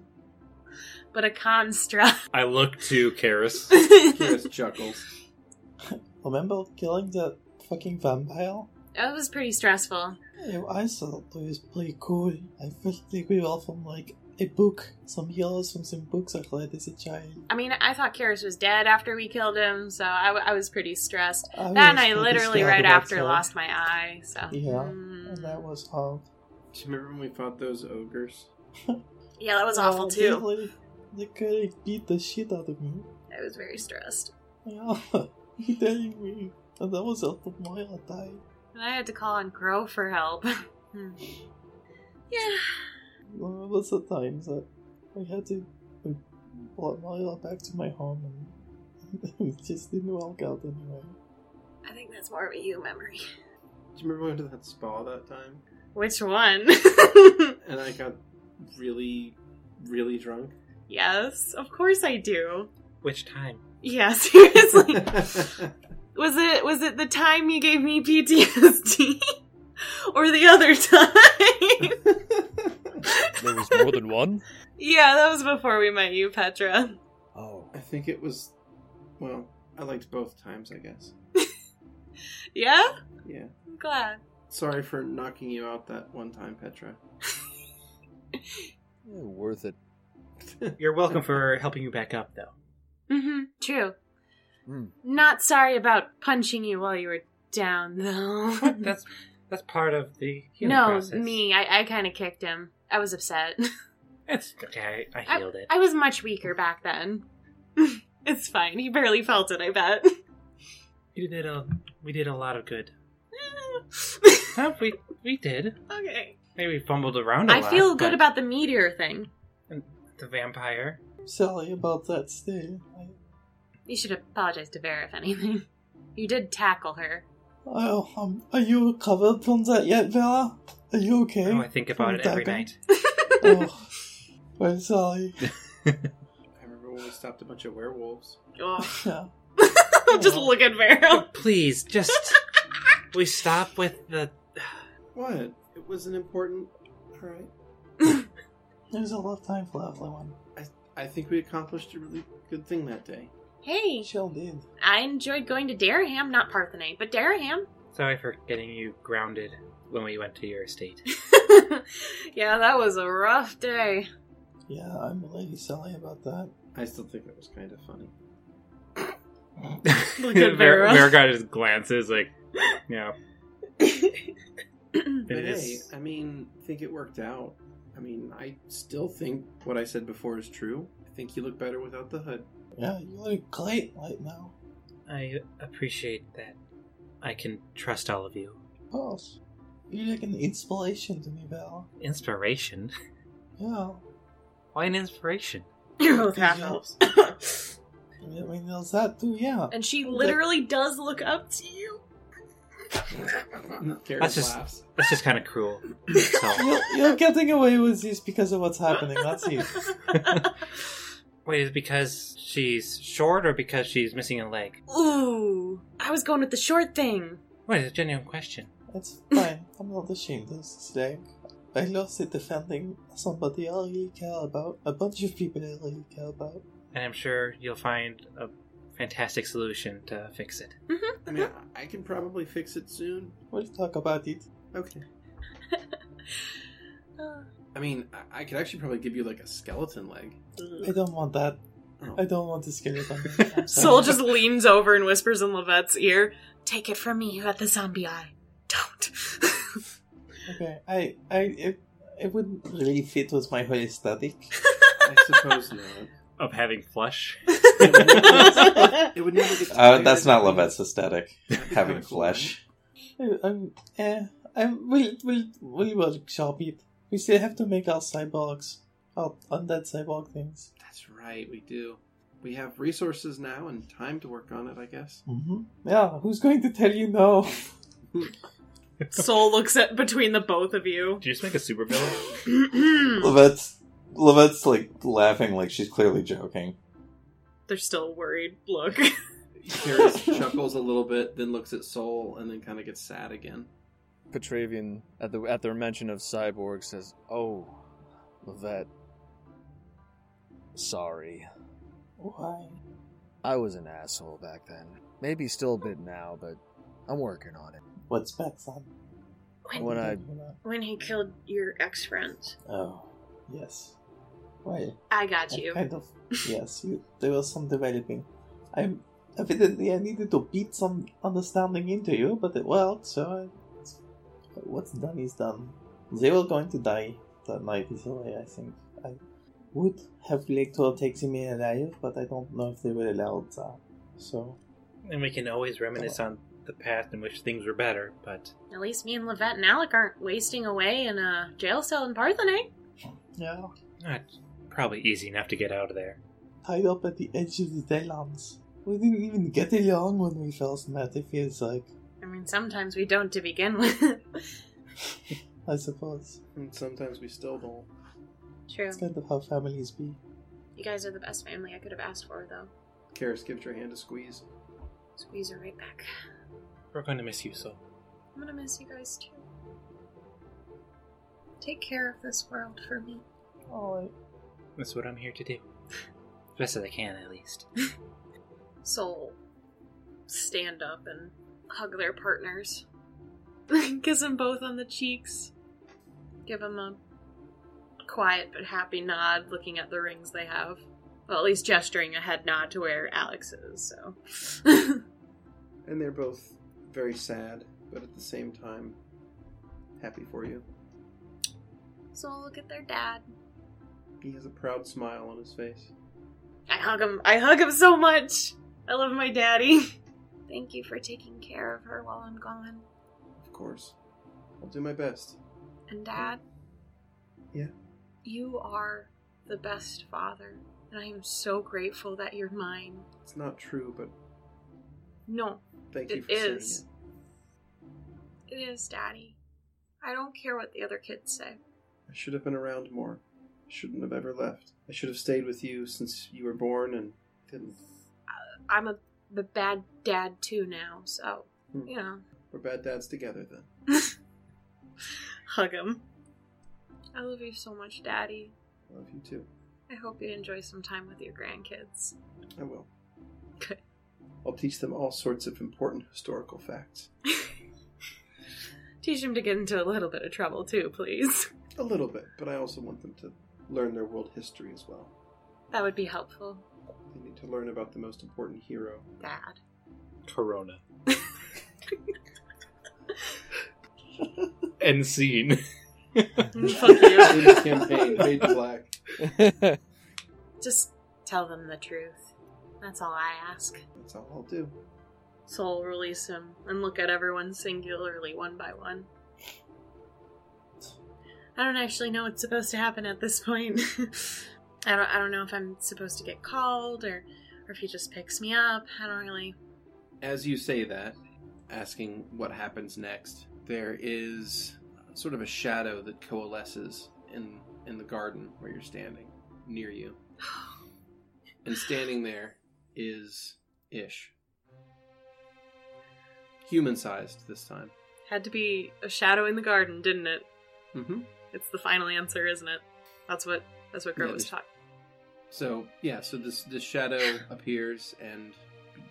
but a construct. I look to Karis. that Karis chuckles. Remember killing that fucking vampire? was pretty stressful. Yeah, I thought that was pretty cool. I felt like we were all from like a book, some heroes from some books I read as a child. I mean, I thought Karis was dead after we killed him, so I, w- I was pretty stressed. I That and was I pretty literally scared right about after that. lost my eye, so. Yeah, Mm. And that was hard. Do you remember when we fought those ogres? Yeah, that was awful Oh, too. They, like, they could have beat the shit out of me. I was very stressed. Yeah, you telling me. And that was after Moira died. And I had to call on Grow for help. Hmm. yeah. Remember the times that I had to I brought Moira back to my home and it just didn't work out anyway. I think that's more of a you memory. Do you remember when we went to that spa that time? Which one? And I got really, really drunk. yes, of course I do. Which time? Yeah, seriously. was it was it the time you gave me PTSD? or the other time. There was more than one. yeah, that was before we met you, Petra. Oh, I think it was. Well, I liked both times, I guess. Yeah? Yeah. I'm glad. Sorry for knocking you out that one time, Petra. yeah, worth it. You're welcome for helping you back up, though. Mm-hmm. True. Hmm. Not sorry about punching you while you were down, though. that's that's part of the healing no, process. me. I, I kind of kicked him. I was upset. It's okay. I healed it. I was much weaker back then. It's fine. He barely felt it, I bet. You did a we did a lot of good. Huh, we we did. okay. Maybe we fumbled around a I lot. feel good but about the meteor thing. the vampire. Sally about that stain. You should apologize to Vera if anything. You did tackle her. Oh, um, are you recovered from that yet, Vera? Are you okay? Oh, I think about it every night. oh, I'm sorry. I remember when we stopped a bunch of werewolves. Oh. Yeah. Just look at Vera. Oh, Please, just we stop with the What? It was an important. All right. There's a lot of time for everyone. I think we accomplished a really good thing that day. Hey, Shell did. I enjoyed going to Daraham, not Parthenay, but Daraham. Sorry for getting you grounded when we went to your estate. yeah, that was a rough day. Yeah, I'm Lady Sally about that. I still think that was kind of funny. Look at Vera. Vergard just glances like, yeah. But It hey, is- I mean, I think it worked out. I mean, I still think what I said before is true. I think you look better without the hood. Yeah, you look great right now. I appreciate that. I can trust all of you. Of course. You're like an inspiration to me, Vera. Inspiration? Yeah. Why an inspiration? You're both half elves. I mean, there's that too, yeah. and she literally does look up to you. Garrett That's just- laughs. That's just kind of cruel. So, You're, you're getting away with this because of what's happening, that's you. wait, is it because she's short or because she's missing a leg? Ooh, I was going with the short thing. Wait, it's a genuine question. It's fine. I'm not ashamed of this thing. I lost it defending somebody I really care about. A bunch of people I really care about. And I'm sure you'll find a fantastic solution to fix it. I mean, I- I can probably fix it soon. We'll talk about it. Okay. Uh, I mean, I- I could actually probably give you like a skeleton leg. I don't want that. Oh. I don't want to scare you. Soul just leans over and whispers in Levette's ear. Take it from me, you got the zombie eye. Don't. Okay, I, I, it, it wouldn't really fit with my whole aesthetic. I suppose not. Of having flesh. It would never get. Uh, tired that's of not being- Levette's aesthetic. Having flesh. I, I'm, eh, I'm, we'll, we'll, we'll workshop it. We still have to make our cyborgs, our undead cyborg things. That's right. We do. We have resources now and time to work on it. I guess. Mm-hmm. Yeah, who's going to tell you no? Soul looks at between the both of you. Did you just make a super villain? Levette's Levette's like laughing, like she's clearly joking. They're still worried. Look. Carrie chuckles a little bit, then looks at Soul, and then kind of gets sad again. Petravian at the at their mention of cyborg says, "Oh, Levette, sorry, Why? I was an asshole back then. Maybe still a bit now, but I'm working on it." What's back then? When I When he killed your ex friend, oh yes, why? I got I you. kind of yes. You, there was some developing. I'm evidently I needed to beat some understanding into you, but it worked. So I, what's done is done. They were going to die that night. Is the way I think. I would have liked to have taken me alive, but I don't know if they were allowed that. So And we can always reminisce on the past in which things were better, but At least me and Levette and Alec aren't wasting away in a jail cell in Parthenay. yeah. not probably easy enough to get out of there. tied up at the edge of the Deadlands. We didn't even get along when we first met, it feels like, I mean, sometimes we don't to begin with. I suppose. And sometimes we still don't. True. It's kind of how families be. You guys are the best family I could have asked for, though. Karis gives her hand a squeeze. Squeeze her right back. We're going to miss you, so I'm gonna miss you guys too. Take care of this world for me. That's what I'm here to do. Best that I can, at least. Soul stand up and hug their partners. Kiss them both on the cheeks. Give them a quiet but happy nod, looking at the rings they have. Well, at least gesturing a head nod to where Alex is, so. And they're both very sad, but at the same time, happy for you. Soul, look at their dad. He has a proud smile on his face. I hug him. I hug him so much. I love my daddy. Thank you for taking care of her while I'm gone. Of course. I'll do my best. And dad? Yeah? You are the best father, and I am so grateful that you're mine. It's not true, but No, thank you It for saying is. it. it is daddy. I don't care what the other kids say. I should have been around more. I shouldn't have ever left. I should have stayed with you since you were born and didn't. I'm a, a bad dad too now, so, Hmm. you know. We're bad dads together then. Hug him. I love you so much, daddy. I love you too. I hope you enjoy some time with your grandkids. I will. Good. I'll teach them all sorts of important historical facts. Teach him to get into a little bit of trouble too, please. A little bit, but I also want them to learn their world history as well. That would be helpful, They need to learn about the most important hero. dad. Corona. End scene. Fuck you. In the campaign, Fade to Black. Just tell them the truth. That's all I ask. That's all I'll do. Soul release him and look at everyone singularly one by one. I don't actually know what's supposed to happen at this point. I don't. I don't know if I'm supposed to get called or, or if he just picks me up. I don't really. As you say that, asking what happens next, there is sort of a shadow that coalesces in in the garden where you're standing, near you. And standing there is Ish. Human sized this time. Had to be a shadow in the garden, didn't it? Mm-hmm. It's the final answer, isn't it? That's what that's what Gro Yeah, was there's- talking. So yeah, so this this shadow appears and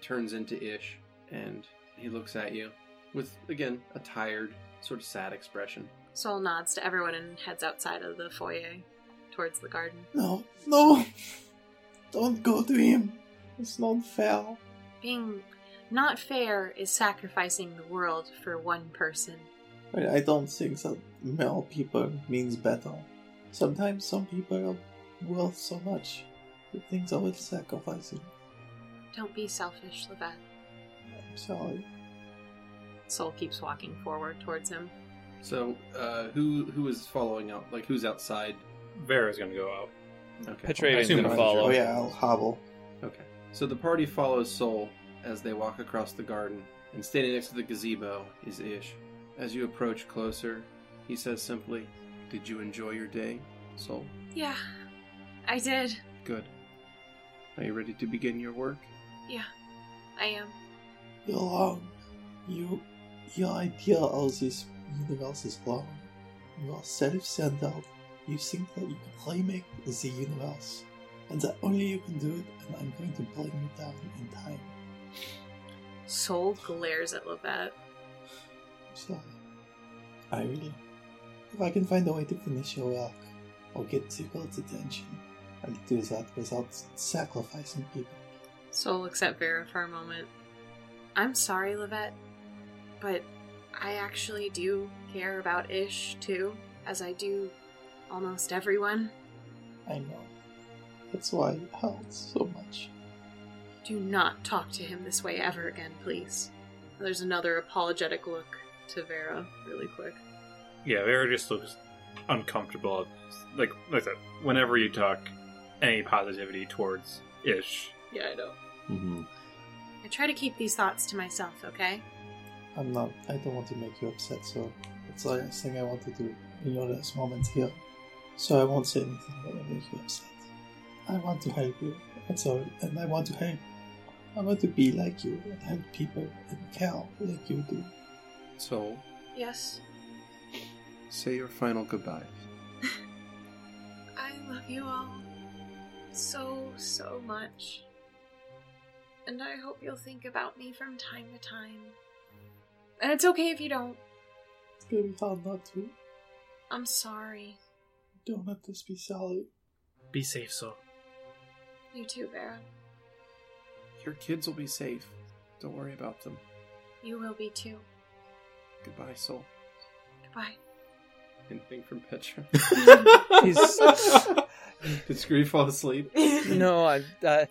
turns into Ish, and he looks at you with again a tired, sort of sad expression. Soul nods to everyone and heads outside of the foyer, towards the garden. No, no! Don't go to him! It's not fair. Being not fair is sacrificing the world for one person. But I don't think that more people means better. Sometimes some people are worth so much. The things are worth sacrificing. Don't be selfish, Levette. I'm sorry. Soul keeps walking forward towards him. So uh, who who is following out? Like who's outside? Vera's gonna go out. Okay. Petraeus assume gonna I'm follow. Oh yeah, I'll hobble. Okay. So the party follows Soul as they walk across the garden, and standing next to the gazebo is Ish. As you approach closer, he says simply, "Did you enjoy your day, Soul? Yeah, I did. Good. Are you ready to begin your work?" Yeah, I am. You're wrong. um, You, your idea of this universe is wrong. You are self-centered. You think that you can remake the universe, and that only you can do it. And I'm going to bring you down in time. Soul glares at Levette. I'm sorry. I really. If I can find a way to finish your work or get to God's attention, I'll do that without sacrificing people. Soul looks at Vera for a moment. I'm sorry, Levette, but I actually do care about Ish too, as I do almost everyone. I know. That's why it hurts so much. Do not talk to him this way ever again, please. There's another apologetic look to Vera, really quick. Yeah, Vera just looks uncomfortable. Like, like I said, whenever you talk any positivity towards Ish, Yeah, I know. Mm-hmm. I try to keep these thoughts to myself, okay? I'm not. I don't want to make you upset, so that's the last thing I want to do in your last moment here. So I won't say anything that will make you upset. I want to help you, and so and I want to help. I want to be like you and help people and care like you do. Soul, Yes. Say your final goodbyes. I love you all so, so much. And I hope you'll think about me from time to time. And it's okay if you don't. It's gonna be hard not to. I'm sorry. Don't let this be Sally. Be safe, soul. You too, Vera. Your kids will be safe. Don't worry about them. You will be too. Goodbye, soul. Goodbye. Anything from Petra? He's Did Scree fall asleep? no, I, uh,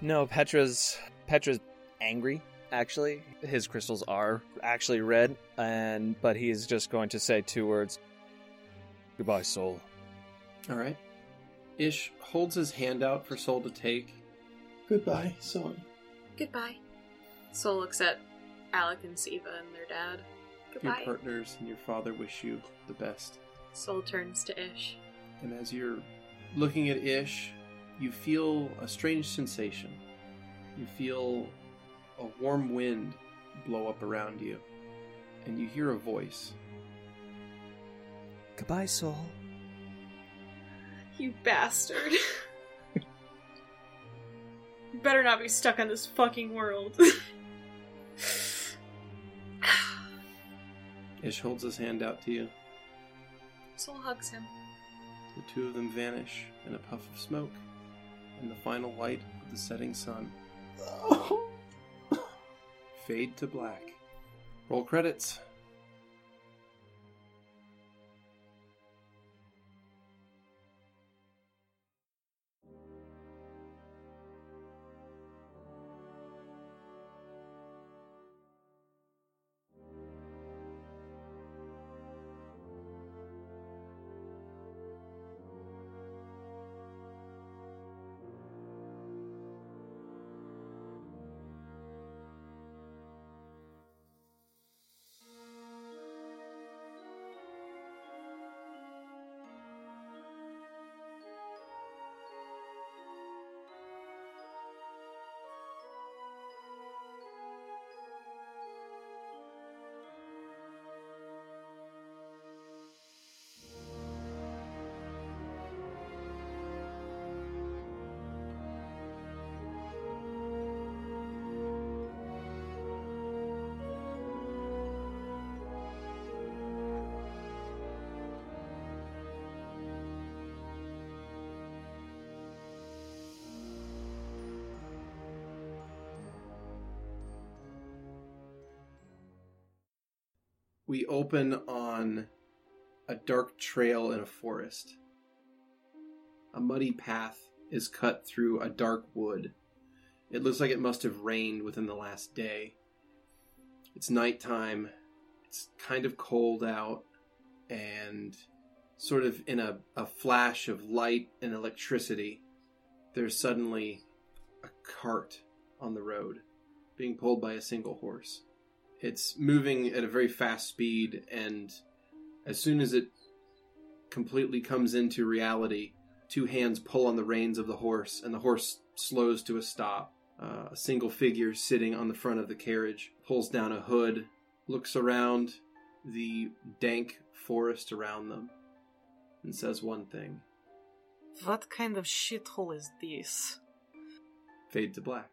no. Petra's Petra's angry. Actually, his crystals are actually red, and but he is just going to say two words. Goodbye, soul. All right. Ish holds his hand out for Soul to take. Goodbye, son. Goodbye. Soul looks at Alec and Siva and their dad. Goodbye. Your partners and your father wish you the best. Soul turns to Ish. And as you're looking at Ish, you feel a strange sensation. You feel a warm wind blow up around you, and you hear a voice. Goodbye, soul. You bastard. you better not be stuck on this fucking world. Ish holds his hand out to you. Soul hugs him. The two of them vanish in a puff of smoke, and the final light of the setting sun fade to black. Roll credits. We open on a dark trail in a forest. A muddy path is cut through a dark wood. It looks like it must have rained within the last day. It's nighttime. It's kind of cold out, and sort of in a, a flash of light and electricity, there's suddenly a cart on the road being pulled by a single horse it's moving at a very fast speed and as soon as it completely comes into reality two hands pull on the reins of the horse and the horse slows to a stop uh, a single figure sitting on the front of the carriage pulls down a hood looks around the dank forest around them and says one thing What kind of shithole is this? fade to black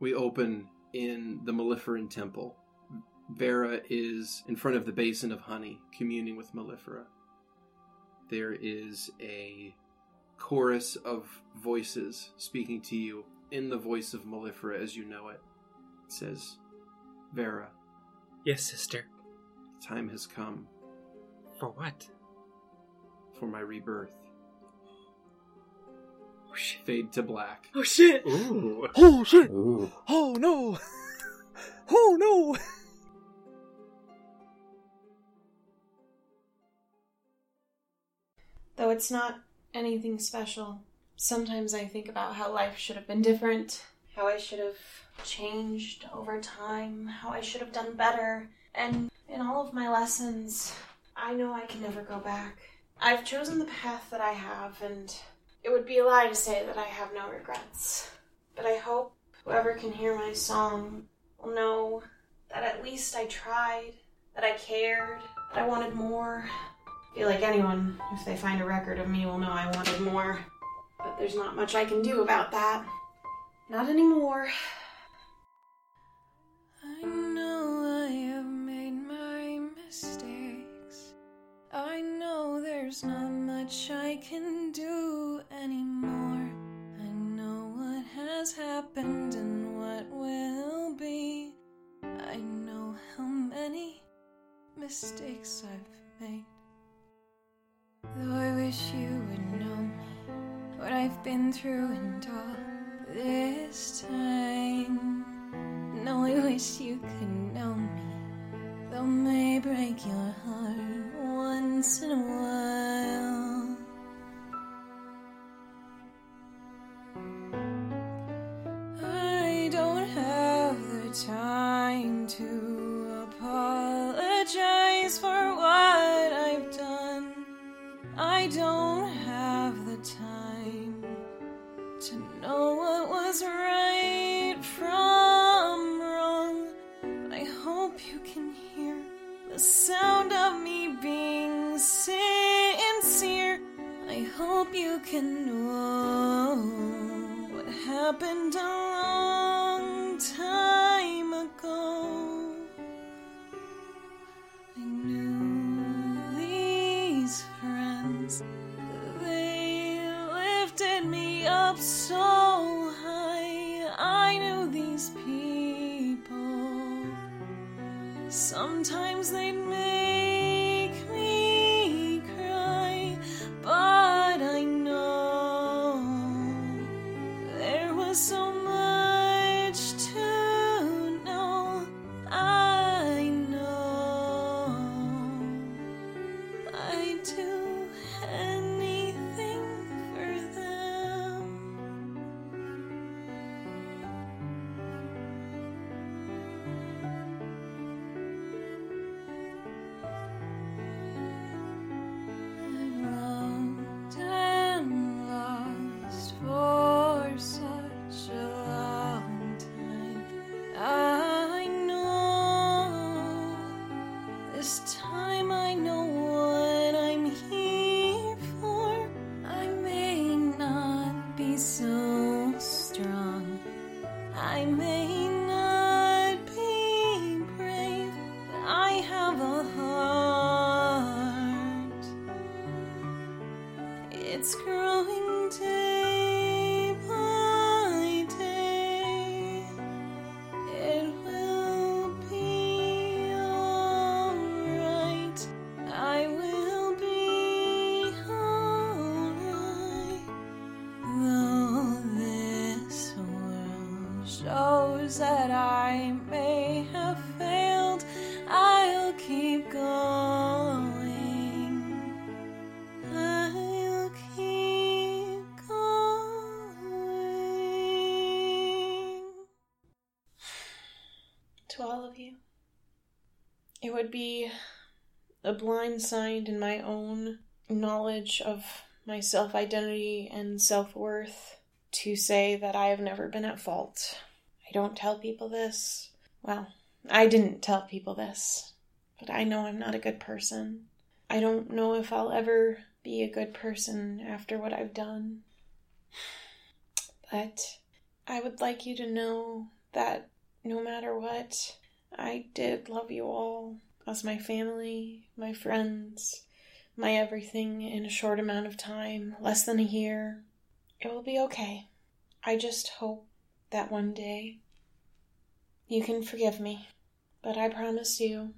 we open in the Maleferan Temple. Vera is in front of the Basin of Honey, communing with Malefera. There is a chorus of voices speaking to you in the voice of Mellifera as you know it. It says, Vera, Yes, sister. the time has come For what? for my rebirth. Fade to black. Oh shit! Ooh. Oh shit! Ooh. Oh no! Oh no! Though it's not anything special, sometimes I think about how life should have been different, how I should have changed over time, how I should have done better. And in all of my lessons, I know I can never go back. I've chosen the path that I have, and it would be a lie to say that I have no regrets. But I hope whoever can hear my song will know that at least I tried, that I cared, that I wanted more. I feel like anyone, if they find a record of me, will know I wanted more. But there's not much I can do about that. Not anymore. I know I have made my mistakes. I know there's not much I can do anymore. I know what has happened and what will be. I know how many mistakes I've made. Though I wish you would know me, what I've been through and all this time. No, I wish you could know me. Though may break your heart once in a while. I don't have the time to apologize for what I've done. I don't have the time to know what was right from wrong. I hope you can hear the sound of me being sincere. I hope you can know what happened a long time ago. I knew these friends. They lifted me up so high. I knew these people. Sometimes they'd make me cry, but I know there was so much to know. I know I'd do anything for them. I've loved and lost for such a long time. I know this time I know what I'm here for. I may not be so strong. I may not be brave, but I have a heart. It's growing day by day. It will be alright. I will be alright. Though this world shows that I may have failed, I'll keep going. I'll keep going. to all of you. It would be a blind sign in my own knowledge of my self identity and self worth to say that I have never been at fault. I don't tell people this. Well, I didn't tell people this, but I know I'm not a good person. I don't know if I'll ever be a good person after what I've done. But I would like you to know that no matter what, I did love you all as my family, my friends, my everything in a short amount of time, less than a year. It will be okay. I just hope that one day you can forgive me. But I promise you,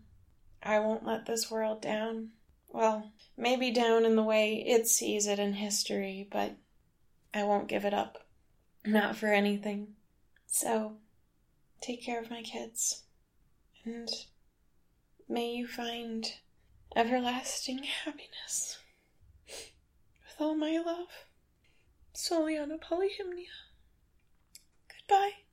I won't let this world down. Well, maybe down in the way it sees it in history, but I won't give it up. Not for anything. So, take care of my kids. And may you find everlasting happiness. With all my love, Soliana Polyhymnia. Goodbye.